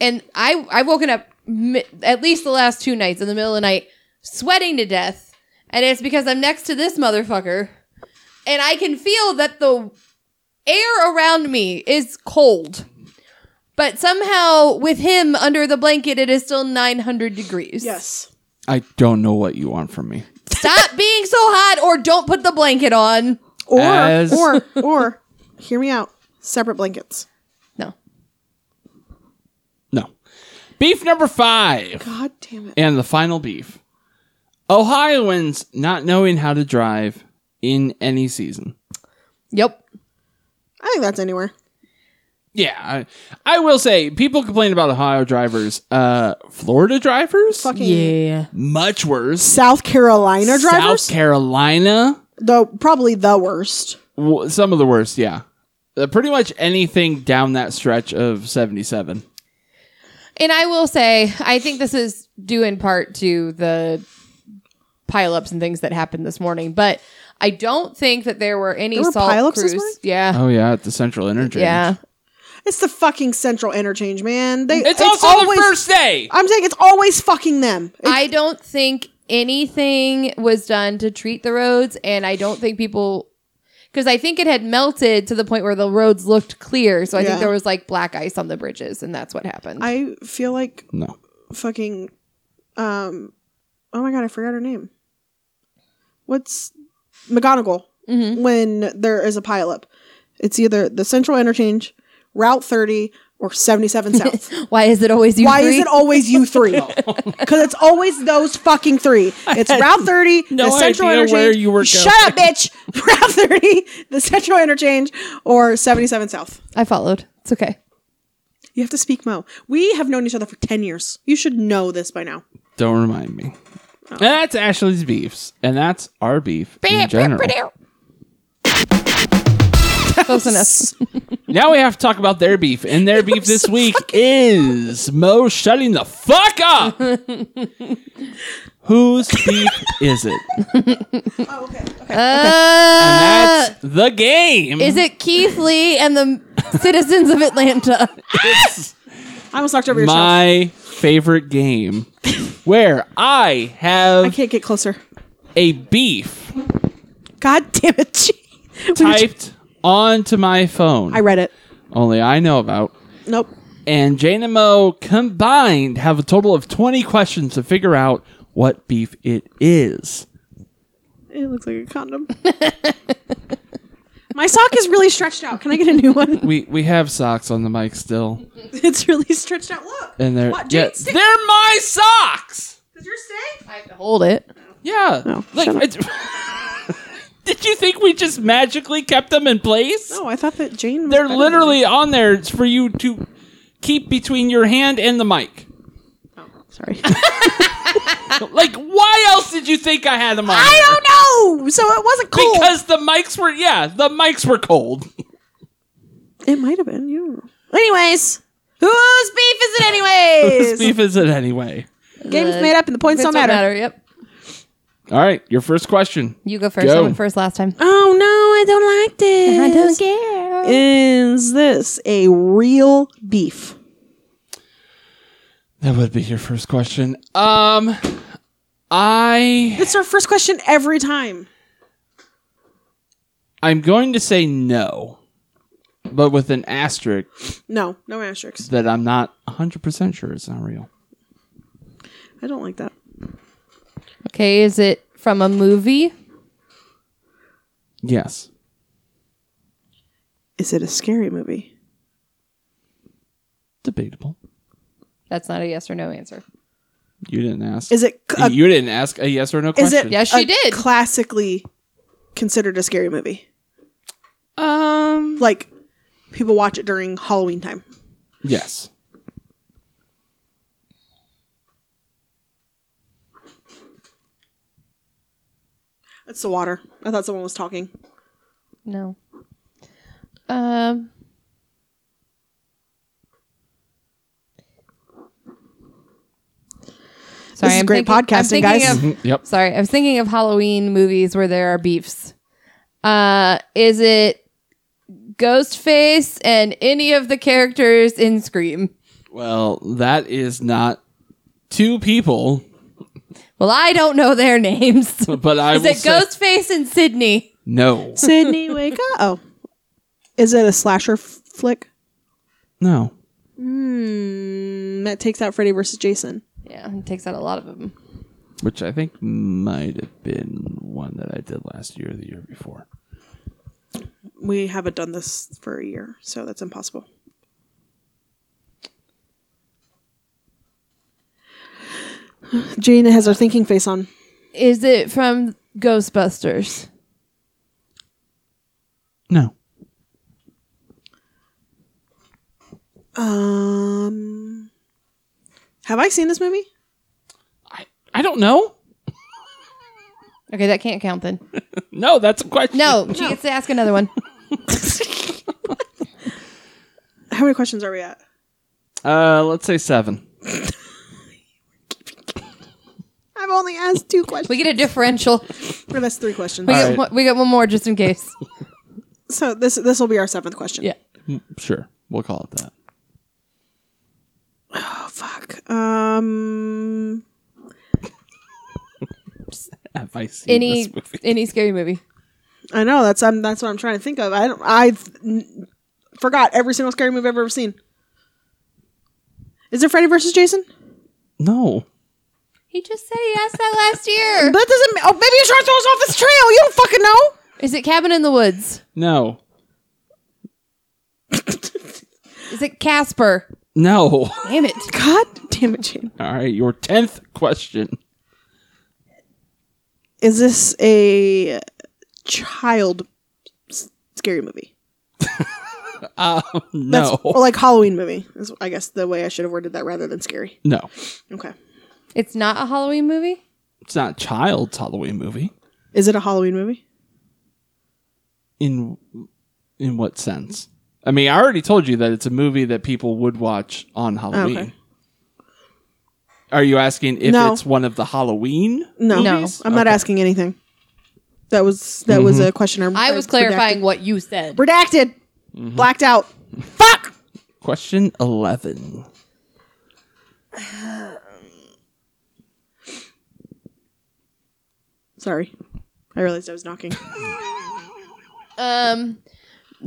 S2: and I I've woken up mi- at least the last two nights in the middle of the night sweating to death, and it's because I'm next to this motherfucker, and I can feel that the air around me is cold. But somehow, with him under the blanket, it is still 900 degrees.
S1: my- yes.
S3: I don't know what you want from me.
S2: Stop being so hot or don't put the blanket on.
S1: Or
S3: As-
S1: or or hear me out. Separate blankets.
S2: No.
S3: No. Beef number five.
S1: God damn it.
S3: And the final beef. Ohioans not knowing how to drive in any season.
S2: Yep.
S1: I think that's anywhere.
S3: Yeah, I, I will say people complain about Ohio drivers. Uh, Florida drivers,
S1: Fucking
S5: Yeah.
S3: much worse.
S1: South Carolina drivers.
S3: South Carolina,
S1: the probably the worst.
S3: w- some of the worst. Yeah, uh, pretty much anything down that stretch of seventy-seven.
S2: And I will say, I think this is due in part to the pileups and things that happened this morning, but I don't think that there were any
S1: There were
S2: salt
S1: pileups this
S2: crews.
S1: morning?
S2: Yeah.
S3: Oh yeah, at the Central Interchange.
S2: yeah.
S1: It's the fucking central interchange, man. They
S3: it's, also
S1: always,
S3: the first day.
S1: I'm saying it's always fucking them. It's-
S2: I don't think anything was done to treat the roads, and I don't think people. Because I think it had melted to the point where the roads looked clear, so I
S1: Yeah.
S2: think there was like black ice on the bridges, and that's what happened.
S1: I feel like
S3: No,
S1: fucking um oh my god, I forgot her name. What's McGonagall
S3: Mm-hmm.
S1: when there is a pileup. It's either the central interchange, Route 30, or
S3: *laughs*
S1: 77 South.
S2: Why is it always you?
S1: Why
S2: three?
S1: is it always you three? Because it's always those fucking three. It's Route 30,
S3: no
S1: the Central
S3: idea
S1: Interchange.
S3: where you were
S1: Shut up, bitch! *laughs* Route 30, the Central Interchange, or 77 South.
S2: I followed. It's okay.
S1: You have to speak Mo. We have known each other for 10 years. You should know this by now.
S3: don't remind me. And that's Ashley's beefs, and that's our beef in general.
S2: Close enough.
S3: Now we have to talk about their beef, and
S1: *laughs*
S3: their beef this week is Mo shutting the
S1: *laughs*
S3: fuck up. Whose beef
S1: *laughs*
S3: is it? And
S2: Uh,
S3: that's the game.
S2: is it Keith Lee and the *laughs* citizens of Atlanta?
S1: I almost knocked over your shelf.
S3: my favorite game where I
S1: I
S3: have
S1: can't get closer.
S3: a beef
S1: God damn it. Gee.
S3: typed onto my phone?
S1: I read it.
S3: only I know about.
S1: Nope.
S3: and Jane and Mo combined have a total of 20 questions to figure out what beef it is.
S1: It looks like a condom. my sock is really stretched out. Can I get a new one? *laughs*
S3: We we have socks on the mic still,
S1: It's really stretched out. Look.
S3: and they're
S1: What, Jane,
S3: yeah,
S1: stick-
S3: they're my socks.
S1: Does yours stay?
S2: Hold it.
S3: Yeah,
S1: No,
S3: like
S1: shut up.
S3: it's- *laughs* did you think we just magically kept them in
S1: *laughs*
S3: place?
S1: No, Oh, I thought that Jane. was
S3: they're
S1: better than
S3: literally on there for you to keep between your hand and the mic.
S1: me. Sorry.
S3: Like, why else did you think I had them on? there?
S1: *laughs* I don't know. So it wasn't cool.
S3: Because the mics were yeah, the mics were cold.
S1: it might have been. You. don't know. Anyways, whose beef is it anyways?
S3: Whose beef is it anyway?
S1: Game's made up and the points
S2: It's
S1: don't matter.
S2: Yep.
S3: All right, your first question.
S2: You go first.
S3: Go.
S2: I went first last time.
S1: Oh no, I don't like this.
S2: I don't care.
S1: Is this a real beef?
S3: That would be your first question. Um, I
S1: It's our first question every time.
S3: I'm going to say no, but with an asterisk
S1: No, no asterisks.
S3: that I'm not 100 percent sure it's not real.
S1: I don't like that.
S2: Okay, is it from a movie?
S3: Yes,
S1: Is it a scary movie?
S3: debatable.
S2: That's not a yes or no answer.
S3: You didn't ask.
S1: Is it a,
S3: you didn't ask a yes or no question.
S1: is it
S2: Yes, she
S1: a
S2: did.
S1: classically considered a scary movie?
S3: Um.
S1: Like people watch it during Halloween time.
S3: Yes.
S1: It's the water. I thought someone was talking.
S2: No. Um. Sorry,
S1: is
S2: I'm
S1: great
S2: thinking, I'm
S1: podcasting,
S2: thinking
S1: guys.
S2: of-
S3: Yep.
S2: sorry, I was thinking of Halloween movies where there are beefs. Uh, is it Ghostface and any of the characters in Scream?
S3: Well, that is not two people, *laughs*
S2: Well, I don't know their *laughs* names. is
S3: but *laughs* I will
S2: it
S3: say
S2: Ghostface and Sydney?
S3: no,
S1: Sydney, wake up. Oh. Is it a slasher f- flick?
S3: no.
S1: Mm, that takes out Freddy versus Jason.
S2: Yeah, it takes out a lot of them.
S3: Which I think might have been one that I did last year, or the year before.
S1: We haven't done this for a year, so that's impossible. Jane has her thinking face on.
S2: Is it from Ghostbusters?
S3: No.
S1: Um, have I seen this movie?
S3: I, I don't know.
S2: Okay, that can't count
S3: *laughs*
S2: then.
S3: No, that's a question.
S2: No, she gets to ask another one.
S1: How many questions are we at?
S3: Uh, let's say seven.
S1: I've only asked two questions.
S2: We
S3: *laughs*
S2: get a differential.
S1: Or that's three questions.
S2: We
S3: All
S2: get,
S3: right.
S2: one, we get one more just in
S3: *laughs*
S2: case.
S1: So this this will be our seventh question.
S2: Yeah.
S3: Sure, we'll call it that.
S1: Oh fuck. Um.
S3: Have I
S2: *laughs*
S3: seen
S2: Any
S3: this movie?
S2: any scary movie?
S1: I know that's I'm that's what I'm trying to think of. I don't I've n- forgot every single scary movie I've ever seen. Is it Freddy versus Jason?
S3: No.
S2: He just said he asked that last year.
S1: That doesn't. Oh, maybe you're trying to throw us off this trail. You don't fucking know.
S2: *laughs* Is it Cabin in the Woods?
S3: No.
S2: Is it Casper?
S3: No. *laughs*
S2: Damn it.
S1: God damn it, Jane.
S3: All right, your tenth question.
S1: Is this a child s- scary movie? That's,
S3: Uh, No.
S1: Or like Halloween movie? Is I guess the way I should have worded that rather than scary.
S3: No.
S1: Okay.
S2: It's not a Halloween movie?
S3: It's not a child's Halloween movie.
S1: Is it a Halloween movie?
S3: In in what sense? I mean, I already told you that it's a movie that people would watch on Halloween.
S1: Oh, Okay.
S3: Are you asking if
S1: No.
S3: it's one of the Halloween?
S1: No.
S2: No.
S1: I'm not asking anything. That was that was a question.
S2: I was clarifying what you said.
S1: Redacted. Blacked out. Fuck.
S3: Question 11.
S1: Sorry. I realized I was knocking.
S2: Um,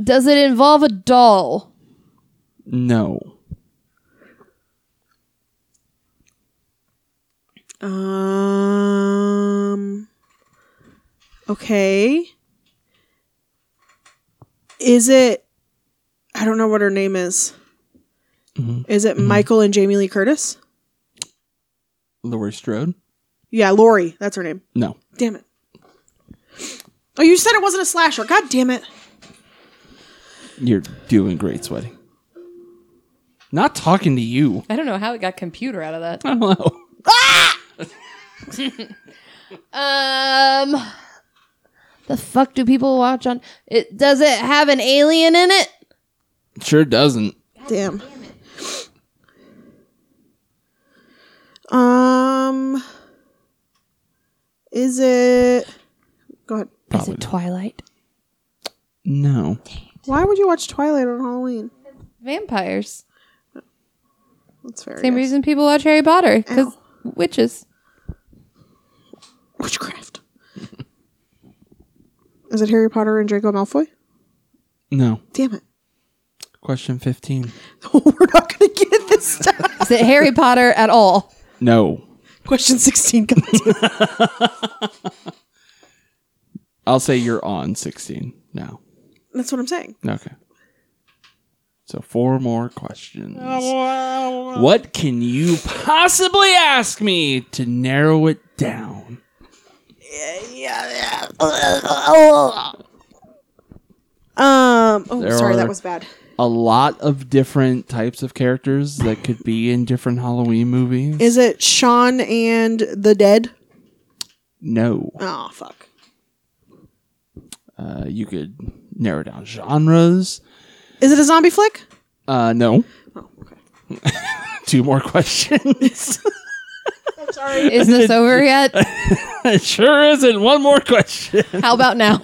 S2: does it involve a doll?
S3: No.
S1: um Okay. Is it I don't know what her name is. Is it Michael and Jamie Lee Curtis?
S3: Laurie Strode?
S1: Yeah, Lori. That's her name.
S3: No.
S1: Damn it. Oh, you said it wasn't a slasher. God damn it.
S3: You're doing great, Sweaty. Not talking to you. *laughs*
S2: I don't know how it got computer out of that.
S3: I don't know.
S2: Um, the fuck do people watch on it? Does it have an alien in it?
S3: Sure doesn't.
S1: Damn. Um, is it? Go ahead.
S2: Is it Twilight?
S3: No.
S1: Why would you watch Twilight on Halloween?
S2: Vampires.
S1: That's fair. I
S2: Same
S1: guess.
S2: reason people watch Harry Potter because
S1: Ow.
S2: witches.
S1: Witchcraft. is it Harry Potter and Draco Malfoy?
S3: No.
S1: Damn it! *laughs*
S3: Question 15.
S1: We're not gonna get it this time.
S2: Is it Harry Potter at all?
S3: No.
S1: *laughs* Question sixteen. God damn it.
S3: I'll say you're on 16 now.
S1: *laughs* That's what I'm saying.
S3: Okay. So four more questions. What can you possibly ask me to narrow it down?
S1: Um. Oh,
S3: There
S1: sorry,
S3: are-
S1: that was bad.
S3: A lot of different types of characters that could be in different Halloween movies.
S1: Is it Sean and the Dead?
S3: no.
S1: Oh fuck.
S3: Uh, you could narrow down genres.
S1: Is it a zombie flick?
S3: Uh, no.
S1: Oh, okay.
S3: *laughs* Two more questions. *laughs*
S2: Is this over yet?
S3: it sure isn't. One more question.
S2: How about now?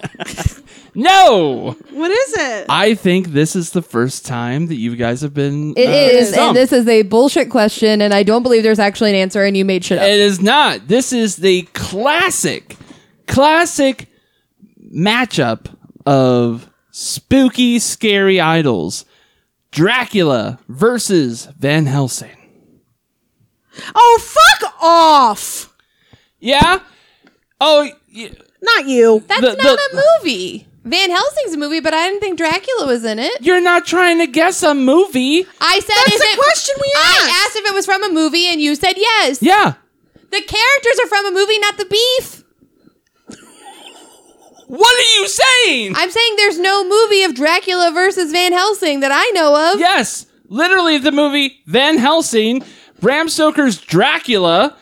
S3: No.
S1: What is it?
S3: I think this is the first time that you guys have been.
S2: It
S3: uh,
S2: is,
S3: stumped.
S2: and this is a bullshit question, and I don't believe there's actually an answer, and you made shit up.
S3: It is not. This is the classic, classic matchup of spooky, scary idols Dracula versus Van Helsing.
S1: Oh, fuck off!
S3: Yeah? Oh, y-
S1: Not you.
S2: That's
S3: The-
S2: not
S3: the-
S2: a movie. Van Helsing's a movie, but I didn't think Dracula was in it.
S3: you're not trying to guess a movie.
S2: I said
S1: That's
S2: is
S1: the
S2: it-
S1: question we asked.
S2: I asked if it was from a movie, and you said yes.
S3: Yeah.
S2: The characters are from a movie, not the beef.
S3: What are you saying?
S2: I'm saying there's no movie of Dracula versus Van Helsing that I know of.
S3: yes. literally the movie Van Helsing, Bram Stoker's Dracula.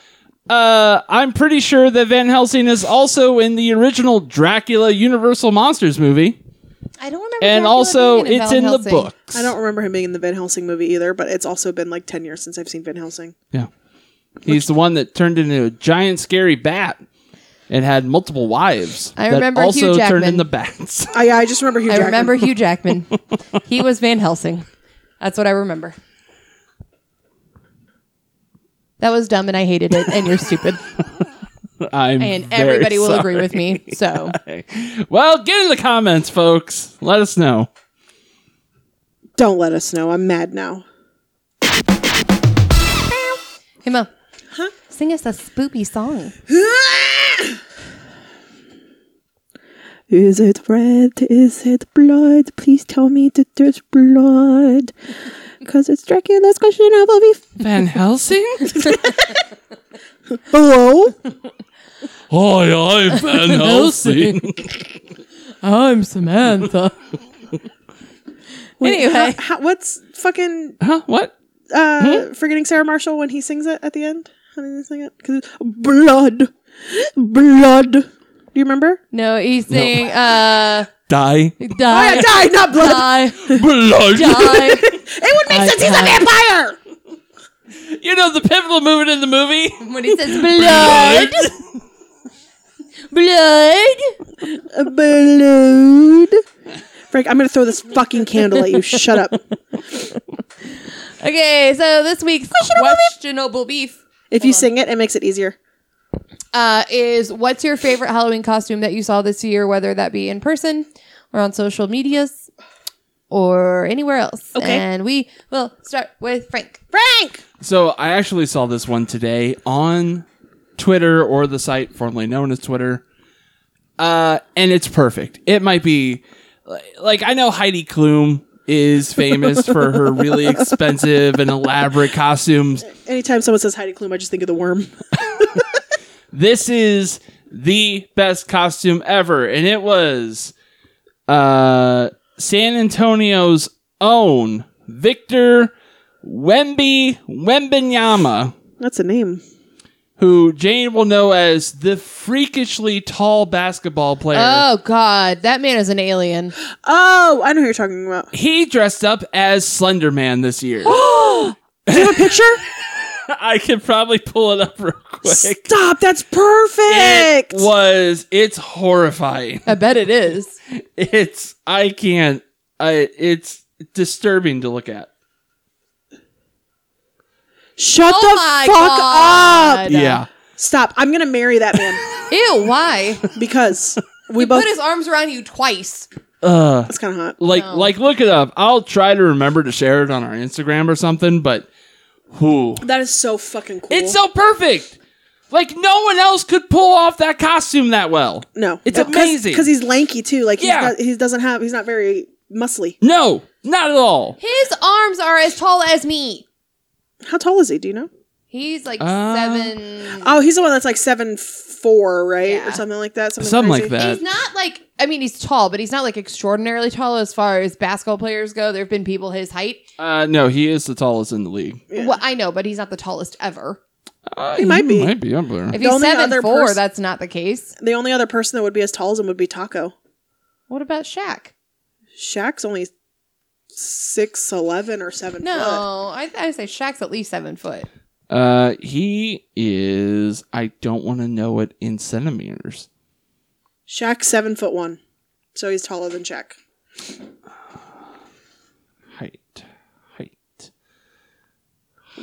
S3: Uh, I'm pretty sure that Van Helsing is also in the original Dracula Universal Monsters movie,
S2: I don't remember.
S3: and
S2: Dracula
S3: also
S2: being
S3: it's
S2: Van
S3: in the
S2: Helsing.
S3: books.
S1: I don't remember him being in the Van Helsing movie either, but it's also been like 10 years since I've seen Van Helsing.
S3: Yeah, he's the one that turned into a giant scary bat and had multiple wives.
S2: I
S3: that
S2: remember Hugh
S3: also turned
S2: Jackman.
S3: into bats. *laughs*
S1: I, I just remember Hugh
S2: I
S1: Jackman.
S2: remember Hugh Jackman. he was Van Helsing. That's what I remember. That was dumb, and I hated it. And you're stupid,
S3: I'm
S2: and
S3: *laughs* very
S2: everybody will
S3: sorry.
S2: agree with me. So
S3: Well, get in the comments, folks. Let us know.
S1: Don't let us know. I'm mad now.
S2: Hey Mo. Sing us a spoopy song.
S1: Is it red? Is it blood? Please tell me that there's blood. Because it's Dracula's question of a beef.
S3: Van Helsing?
S1: Hello?
S3: Hi, I'm *laughs* Van Helsing.
S5: I'm Samantha.
S2: Anyway.
S1: How, what's fucking
S3: huh? What?
S1: uh, forgetting Sarah Marshall when he sings it at the end? How do they sing it? 'Cause it's blood. Blood. Do you remember?
S2: No, he's saying *laughs* uh
S3: *laughs* Die.
S1: I
S2: die,
S1: died, not blood.
S2: die,
S3: Blood.
S2: die.
S1: It would make sense. He's a vampire.
S3: *laughs* You know the pivotal moment in the movie?
S2: *laughs* When he says blood, *laughs* blood.
S1: A Blood. Frank, I'm going to throw this fucking candle at you. Shut up.
S2: Okay, so this week's questionable beef
S1: If you sing it, it makes it easier.
S2: uh, is what's your favorite Halloween costume that you saw this year, whether that be in person or on social medias or anywhere else?
S1: Okay.
S2: And we will start with Frank.
S1: Frank!
S3: So I actually saw this one today on Twitter or the site formerly known as Twitter. Uh, and it's perfect. It might be like I know Heidi Klum is famous for her *laughs* really expensive and elaborate costumes.
S1: Anytime someone says Heidi Klum, I just think of the worm.
S3: this is the best costume ever and it was uh san antonio's own victor wemby wembenyama
S1: That's a name.
S3: who jane will know as the freakishly tall basketball player
S2: Oh God, that man is an alien.
S1: Oh, I know who you're talking about.
S3: he dressed up as slender man this year
S1: Picture?
S3: i could probably pull it up real quick
S1: Stop. That's perfect.
S3: it was it's horrifying
S2: I bet it is.
S3: it's I can't. I it's disturbing to look at.
S1: Shut
S2: Oh my
S1: the fuck
S2: God.
S1: up.
S3: Yeah,
S1: Stop. I'm going to marry that *laughs* man
S2: Ew, why?
S1: because we both.
S2: Put his arms around you twice.
S1: that's kind of hot.
S3: uh, like like look it up. I'll try to remember to share it on our Instagram or something. But who?
S1: That is so fucking cool.
S3: It's so perfect. Like no one else could pull off that costume that well.
S1: No,
S3: It's amazing.
S1: because he's lanky too. Like he's
S3: Yeah.
S1: not, he doesn't have. He's not very muscly.
S3: No, not at all.
S2: His arms are as tall as me.
S1: How tall is he? Do you know?
S2: He's like
S3: Uh,
S2: seven.
S1: Oh, he's the one that's like seven four, right,
S2: Yeah.
S1: or something like that. Something,
S3: Something
S1: crazy.
S3: like that.
S2: He's not like I mean he's tall, but he's not like extraordinarily tall as far as basketball players go. There have been people his height.
S3: Uh, no, he is the tallest in the league.
S1: Yeah.
S2: Well, I know, but he's not the tallest ever.
S3: Uh,
S1: He might be.
S3: Might be up there.
S2: If
S1: The
S2: he's
S1: only
S2: seven
S1: other
S2: four,
S1: pers-
S2: that's not the case.
S1: The only other person that would be as tall as him would be Taco.
S2: What about Shaq?
S1: Shaq's only six eleven or seven. foot.
S2: No, I I say Shaq's at least seven foot.
S3: Uh, he is. I don't want to know it in centimeters.
S1: Shaq's seven foot one, so he's taller than Shaq.
S3: Height, height,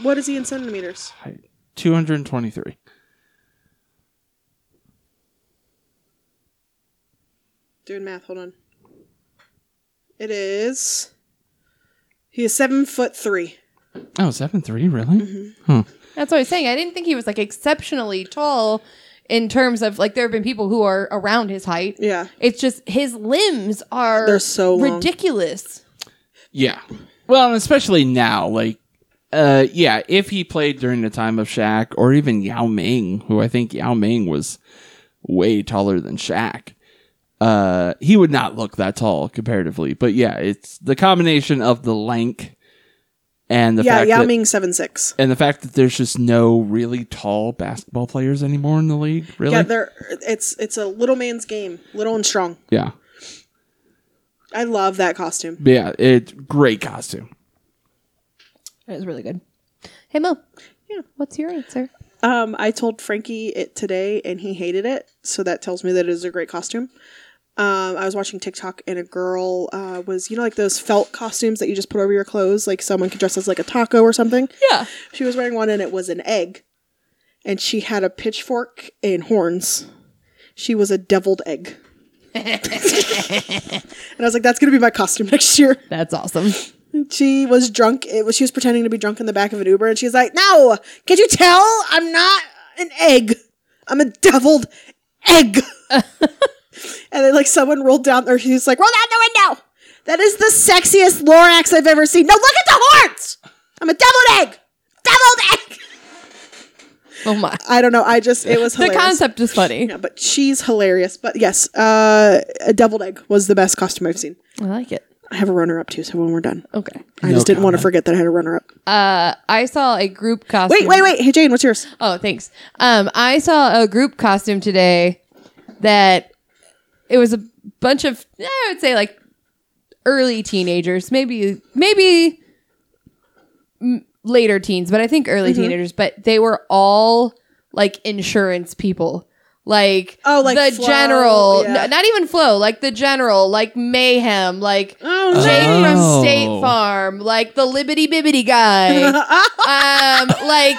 S1: What is he in centimeters?
S3: height. Two hundred twenty-three.
S1: Doing math. Hold on. It is. He is seven foot three.
S3: Oh, seven three, really? Huh.
S2: That's what I was saying. I didn't think he was like exceptionally tall in terms of like there have been people who are around his height.
S1: Yeah.
S2: It's just his limbs are
S1: They're so long.
S2: ridiculous.
S3: Yeah. Well, and especially now, like, uh, yeah, if he played during the time of Shaq or even Yao Ming, who I think Yao Ming was way taller than Shaq, uh, he would not look that tall comparatively. But yeah, it's the combination of the lank and the
S1: yeah,
S3: fact
S1: Yao
S3: that,
S1: Ming seven six.
S3: and the fact that there's just no really tall basketball players anymore in the league. Really,
S1: Yeah, they're it's it's a little man's game, little and strong.
S3: yeah,
S1: I love that costume.
S3: But yeah. It great costume.
S2: It was really good. Hey Mo.
S1: Yeah.
S2: What's your answer?
S1: Um, I told Frankie it today, and he hated it. So that tells me that it is a great costume. Um, I was watching TikTok, and a girl uh, was you know like those felt costumes that you just put over your clothes, like someone could dress as like a taco or something.
S2: Yeah.
S1: She was wearing one, and it was an egg, and she had a pitchfork and horns. She was a deviled egg. *laughs* and I was like, "That's gonna be my costume next year."
S2: That's awesome.
S1: she was drunk. It was she was pretending to be drunk in the back of an Uber, and she's like, "No, can you tell? I'm not an egg. I'm a deviled
S2: *laughs*
S1: egg." and then like someone rolled down, or she's like, "Roll down the window." That is the sexiest Lorax I've ever seen. No, look at the horns. I'm a deviled egg. Deviled egg.
S2: Oh my.
S1: I don't know. I just it was
S2: The
S1: hilarious.
S2: concept is funny.
S1: Yeah, but she's hilarious. But yes, uh, a deviled egg was the best costume I've seen.
S2: I like it.
S1: I have a runner up too, so when we're done,
S2: Okay.
S1: I just didn't want to forget that I had a runner up.
S2: Uh, I saw a group costume.
S1: Wait, wait, wait. Hey, Jane, what's *laughs* yours?
S2: Oh, thanks. Um, I saw a group costume today that it was a bunch of I would say like early teenagers, maybe maybe m- later teens, but I think early
S1: Mm-hmm.
S2: teenagers. But they were all like insurance people. Like
S1: Oh, like
S2: the
S1: Flo,
S2: general,
S1: yeah.
S2: n- not even Flo, like the general, like mayhem, like
S1: Oh,
S2: Jake
S3: Oh.
S2: from State Farm, like the Libbity Bibbity
S1: *laughs*
S2: guy, um, like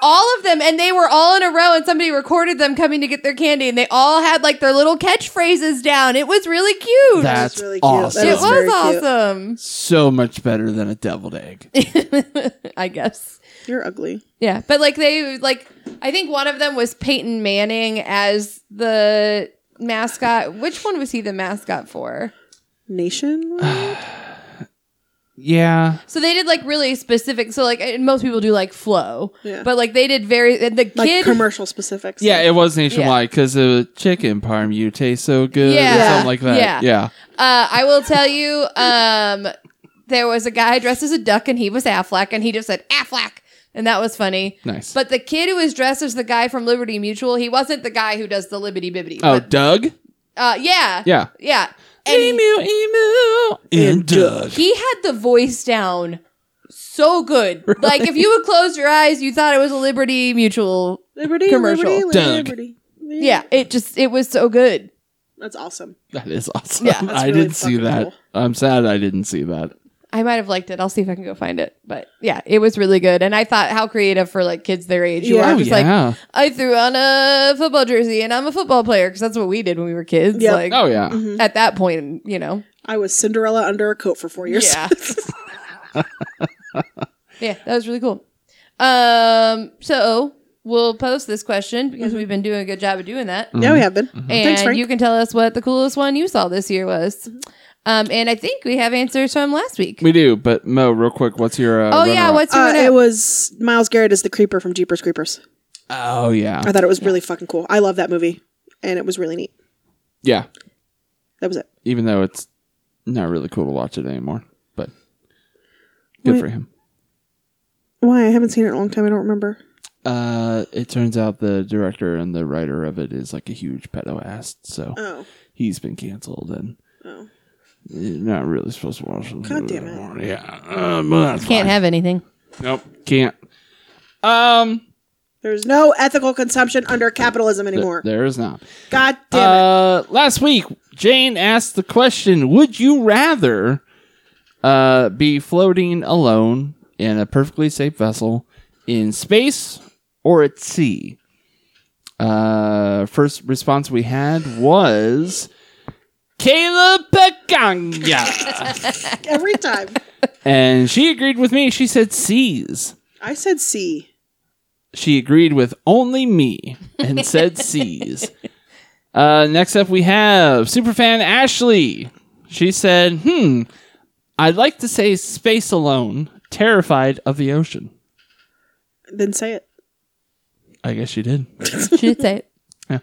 S2: all of them, and they were all in a row, and somebody recorded them coming to get their candy, and they all had like their little catchphrases down. It was really cute.
S3: That's
S1: was really cute.
S3: awesome.
S1: That
S2: it
S1: was very
S2: was
S1: cute.
S2: awesome.
S3: so much better than a
S1: *laughs*
S3: deviled egg.
S2: *laughs* I guess.
S1: You're ugly.
S2: Yeah, but like they like, I think one of them was Peyton Manning as the mascot. Which one was he the mascot for?
S1: Nation?
S3: Yeah,
S2: So they did like really specific. So like and most people do like flow,
S1: Yeah.
S2: but like they did very and the
S1: Like
S2: kid.
S1: commercial specifics.
S3: yeah, it was nationwide because the chicken parm you taste so good or
S2: Yeah.
S3: something like
S2: Yeah.
S3: that. yeah.
S2: uh, I will tell you, um, there was a guy dressed as a duck and he was Affleck and he just said Affleck and that was funny.
S3: Nice.
S2: But the kid who was dressed as the guy from Liberty Mutual, he wasn't the guy who does the Liberty Bibbity.
S3: Oh,
S2: but,
S3: Doug?
S2: uh, yeah,
S3: Yeah.
S2: yeah. And he-
S3: emu, emu. And Doug.
S2: he had the voice down so
S3: *laughs*
S2: good. Like if you would close your eyes, you thought it was a Liberty Mutual.
S1: Liberty,
S2: Commercial.
S1: Liberty,
S3: Doug.
S1: Liberty.
S2: Yeah, it just it was so good.
S1: That's awesome.
S3: That is awesome.
S2: Yeah.
S3: I
S1: really
S3: did see
S1: fucking
S3: that.
S1: cool.
S3: I'm sad I didn't see that.
S2: I might have liked it. I'll see if I can go find it. But yeah, it was really good. And I thought how creative for like kids their age. You
S1: Yeah.
S2: are
S1: I'm
S3: oh,
S2: just like,
S3: yeah.
S2: I threw on a football jersey and I'm a football player because that's what we did when we were kids.
S1: Yep.
S2: Like
S3: oh, yeah.
S2: at that point, you know.
S1: I was Cinderella under a coat for four years.
S2: Yeah. yeah, that was really cool. Um, so we'll post this question because we've been doing a good job of doing that.
S1: *laughs*
S3: Mm-hmm.
S1: yeah, we have been.
S2: And
S1: Mm-hmm. Thanks, Frank. Mm-hmm.
S2: you can tell us what the coolest one you saw this year was. Um, and I think we have answers from last week.
S3: We do, but Mo, real quick, what's your. Uh,
S2: oh, yeah.
S3: runner-up?
S2: What's your
S1: Uh,
S2: one
S1: it
S2: up?
S1: was Miles Garrett as the creeper from Jeepers Creepers.
S3: Oh, yeah.
S1: I thought it was really fucking cool. I love that movie, and it was really neat.
S3: Yeah.
S1: That was it.
S3: Even though it's not really cool to watch it anymore, but good
S1: Wait.
S3: for him.
S1: Why? I haven't seen it in a long time. I don't remember.
S3: Uh, it turns out the director and the writer of it is like a huge pedo ass, so
S1: Oh,
S3: he's been canceled and
S1: oh,
S3: you're not really supposed to watch it.
S1: God damn it.
S3: Yeah, uh, but that's
S2: Can't
S3: fine.
S1: *laughs*
S2: have anything.
S3: Nope, can't. Um,
S1: there's no ethical consumption under capitalism anymore.
S3: there is not.
S1: God damn it.
S3: Uh, last week, Jane asked the question: Would you rather uh, be floating alone in a perfectly safe vessel in space or at sea? Uh, first response we had was Caleb Paganga,
S1: Every time
S3: and she agreed with me. She said seas.
S1: I said C.
S3: she agreed with only me and said C's. Uh, next up, we have superfan Ashley. She said, "Hmm, I'd like to say space alone, terrified of the ocean."
S1: Then say it.
S3: I guess she did.
S2: She did say it.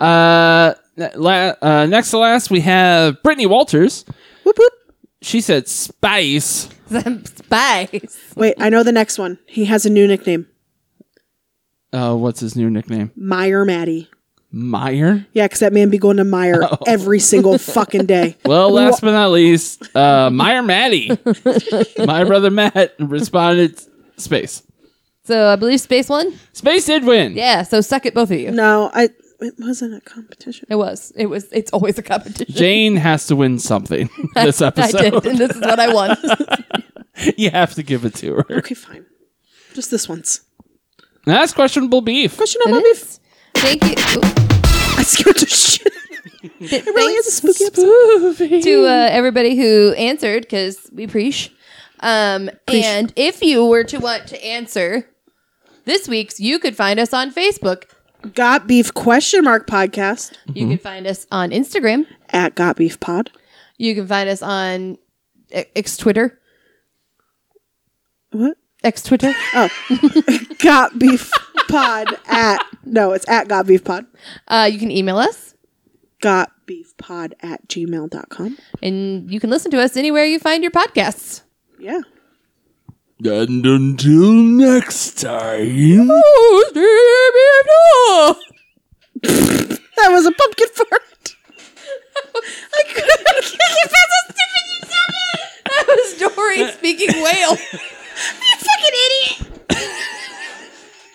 S3: Uh, la- uh, next to last, we have Brittany Walters.
S1: Whoop whoop.
S3: She said spice.
S2: Some *laughs* spice.
S1: Wait, I know the next one. He has a new nickname
S3: Uh, what's his new nickname?
S1: Meyer Maddie.
S3: Meyer.
S1: Yeah, because that man be going to Meyer every single fucking day.
S3: Well, last but not least, uh,
S2: *laughs*
S3: Meyer Maddie, my brother Matt, responded space.
S2: So I believe space one.
S3: Space did win.
S2: Yeah. So suck it, both of you.
S1: No, I. It wasn't a competition.
S2: It was. It was. It's always a competition.
S3: Jane has to win something
S2: *laughs*
S3: this
S2: I did,
S3: episode.
S2: and this is what I won.
S3: you have to give it to her.
S1: Okay, fine. Just this once.
S3: Now, that's questionable beef.
S1: Question about beef. *laughs*
S2: Thank you
S1: I scared the shit.
S2: Th-
S1: It really is a
S2: thanks
S1: spooky episode.
S2: to uh, everybody who answered because we preach. Um, and if you were to want to answer this week's, you could find us on Facebook.
S1: Got beef question mark podcast
S2: You can find us on Instagram.
S1: at Got Beef Pod.
S2: You can find us on e, X Twitter.
S1: What?
S2: X Twitter.
S1: Got Beef Pod at no, it's at Got Beef Pod.
S2: Uh, you can email us,
S1: Got Beef Pod at gmail.com.
S2: and you can listen to us anywhere you find your podcasts.
S1: Yeah.
S3: And until next time.
S1: That was a pumpkin fart.
S2: I *laughs* *laughs* couldn't get past a stupid That was Dory speaking whale.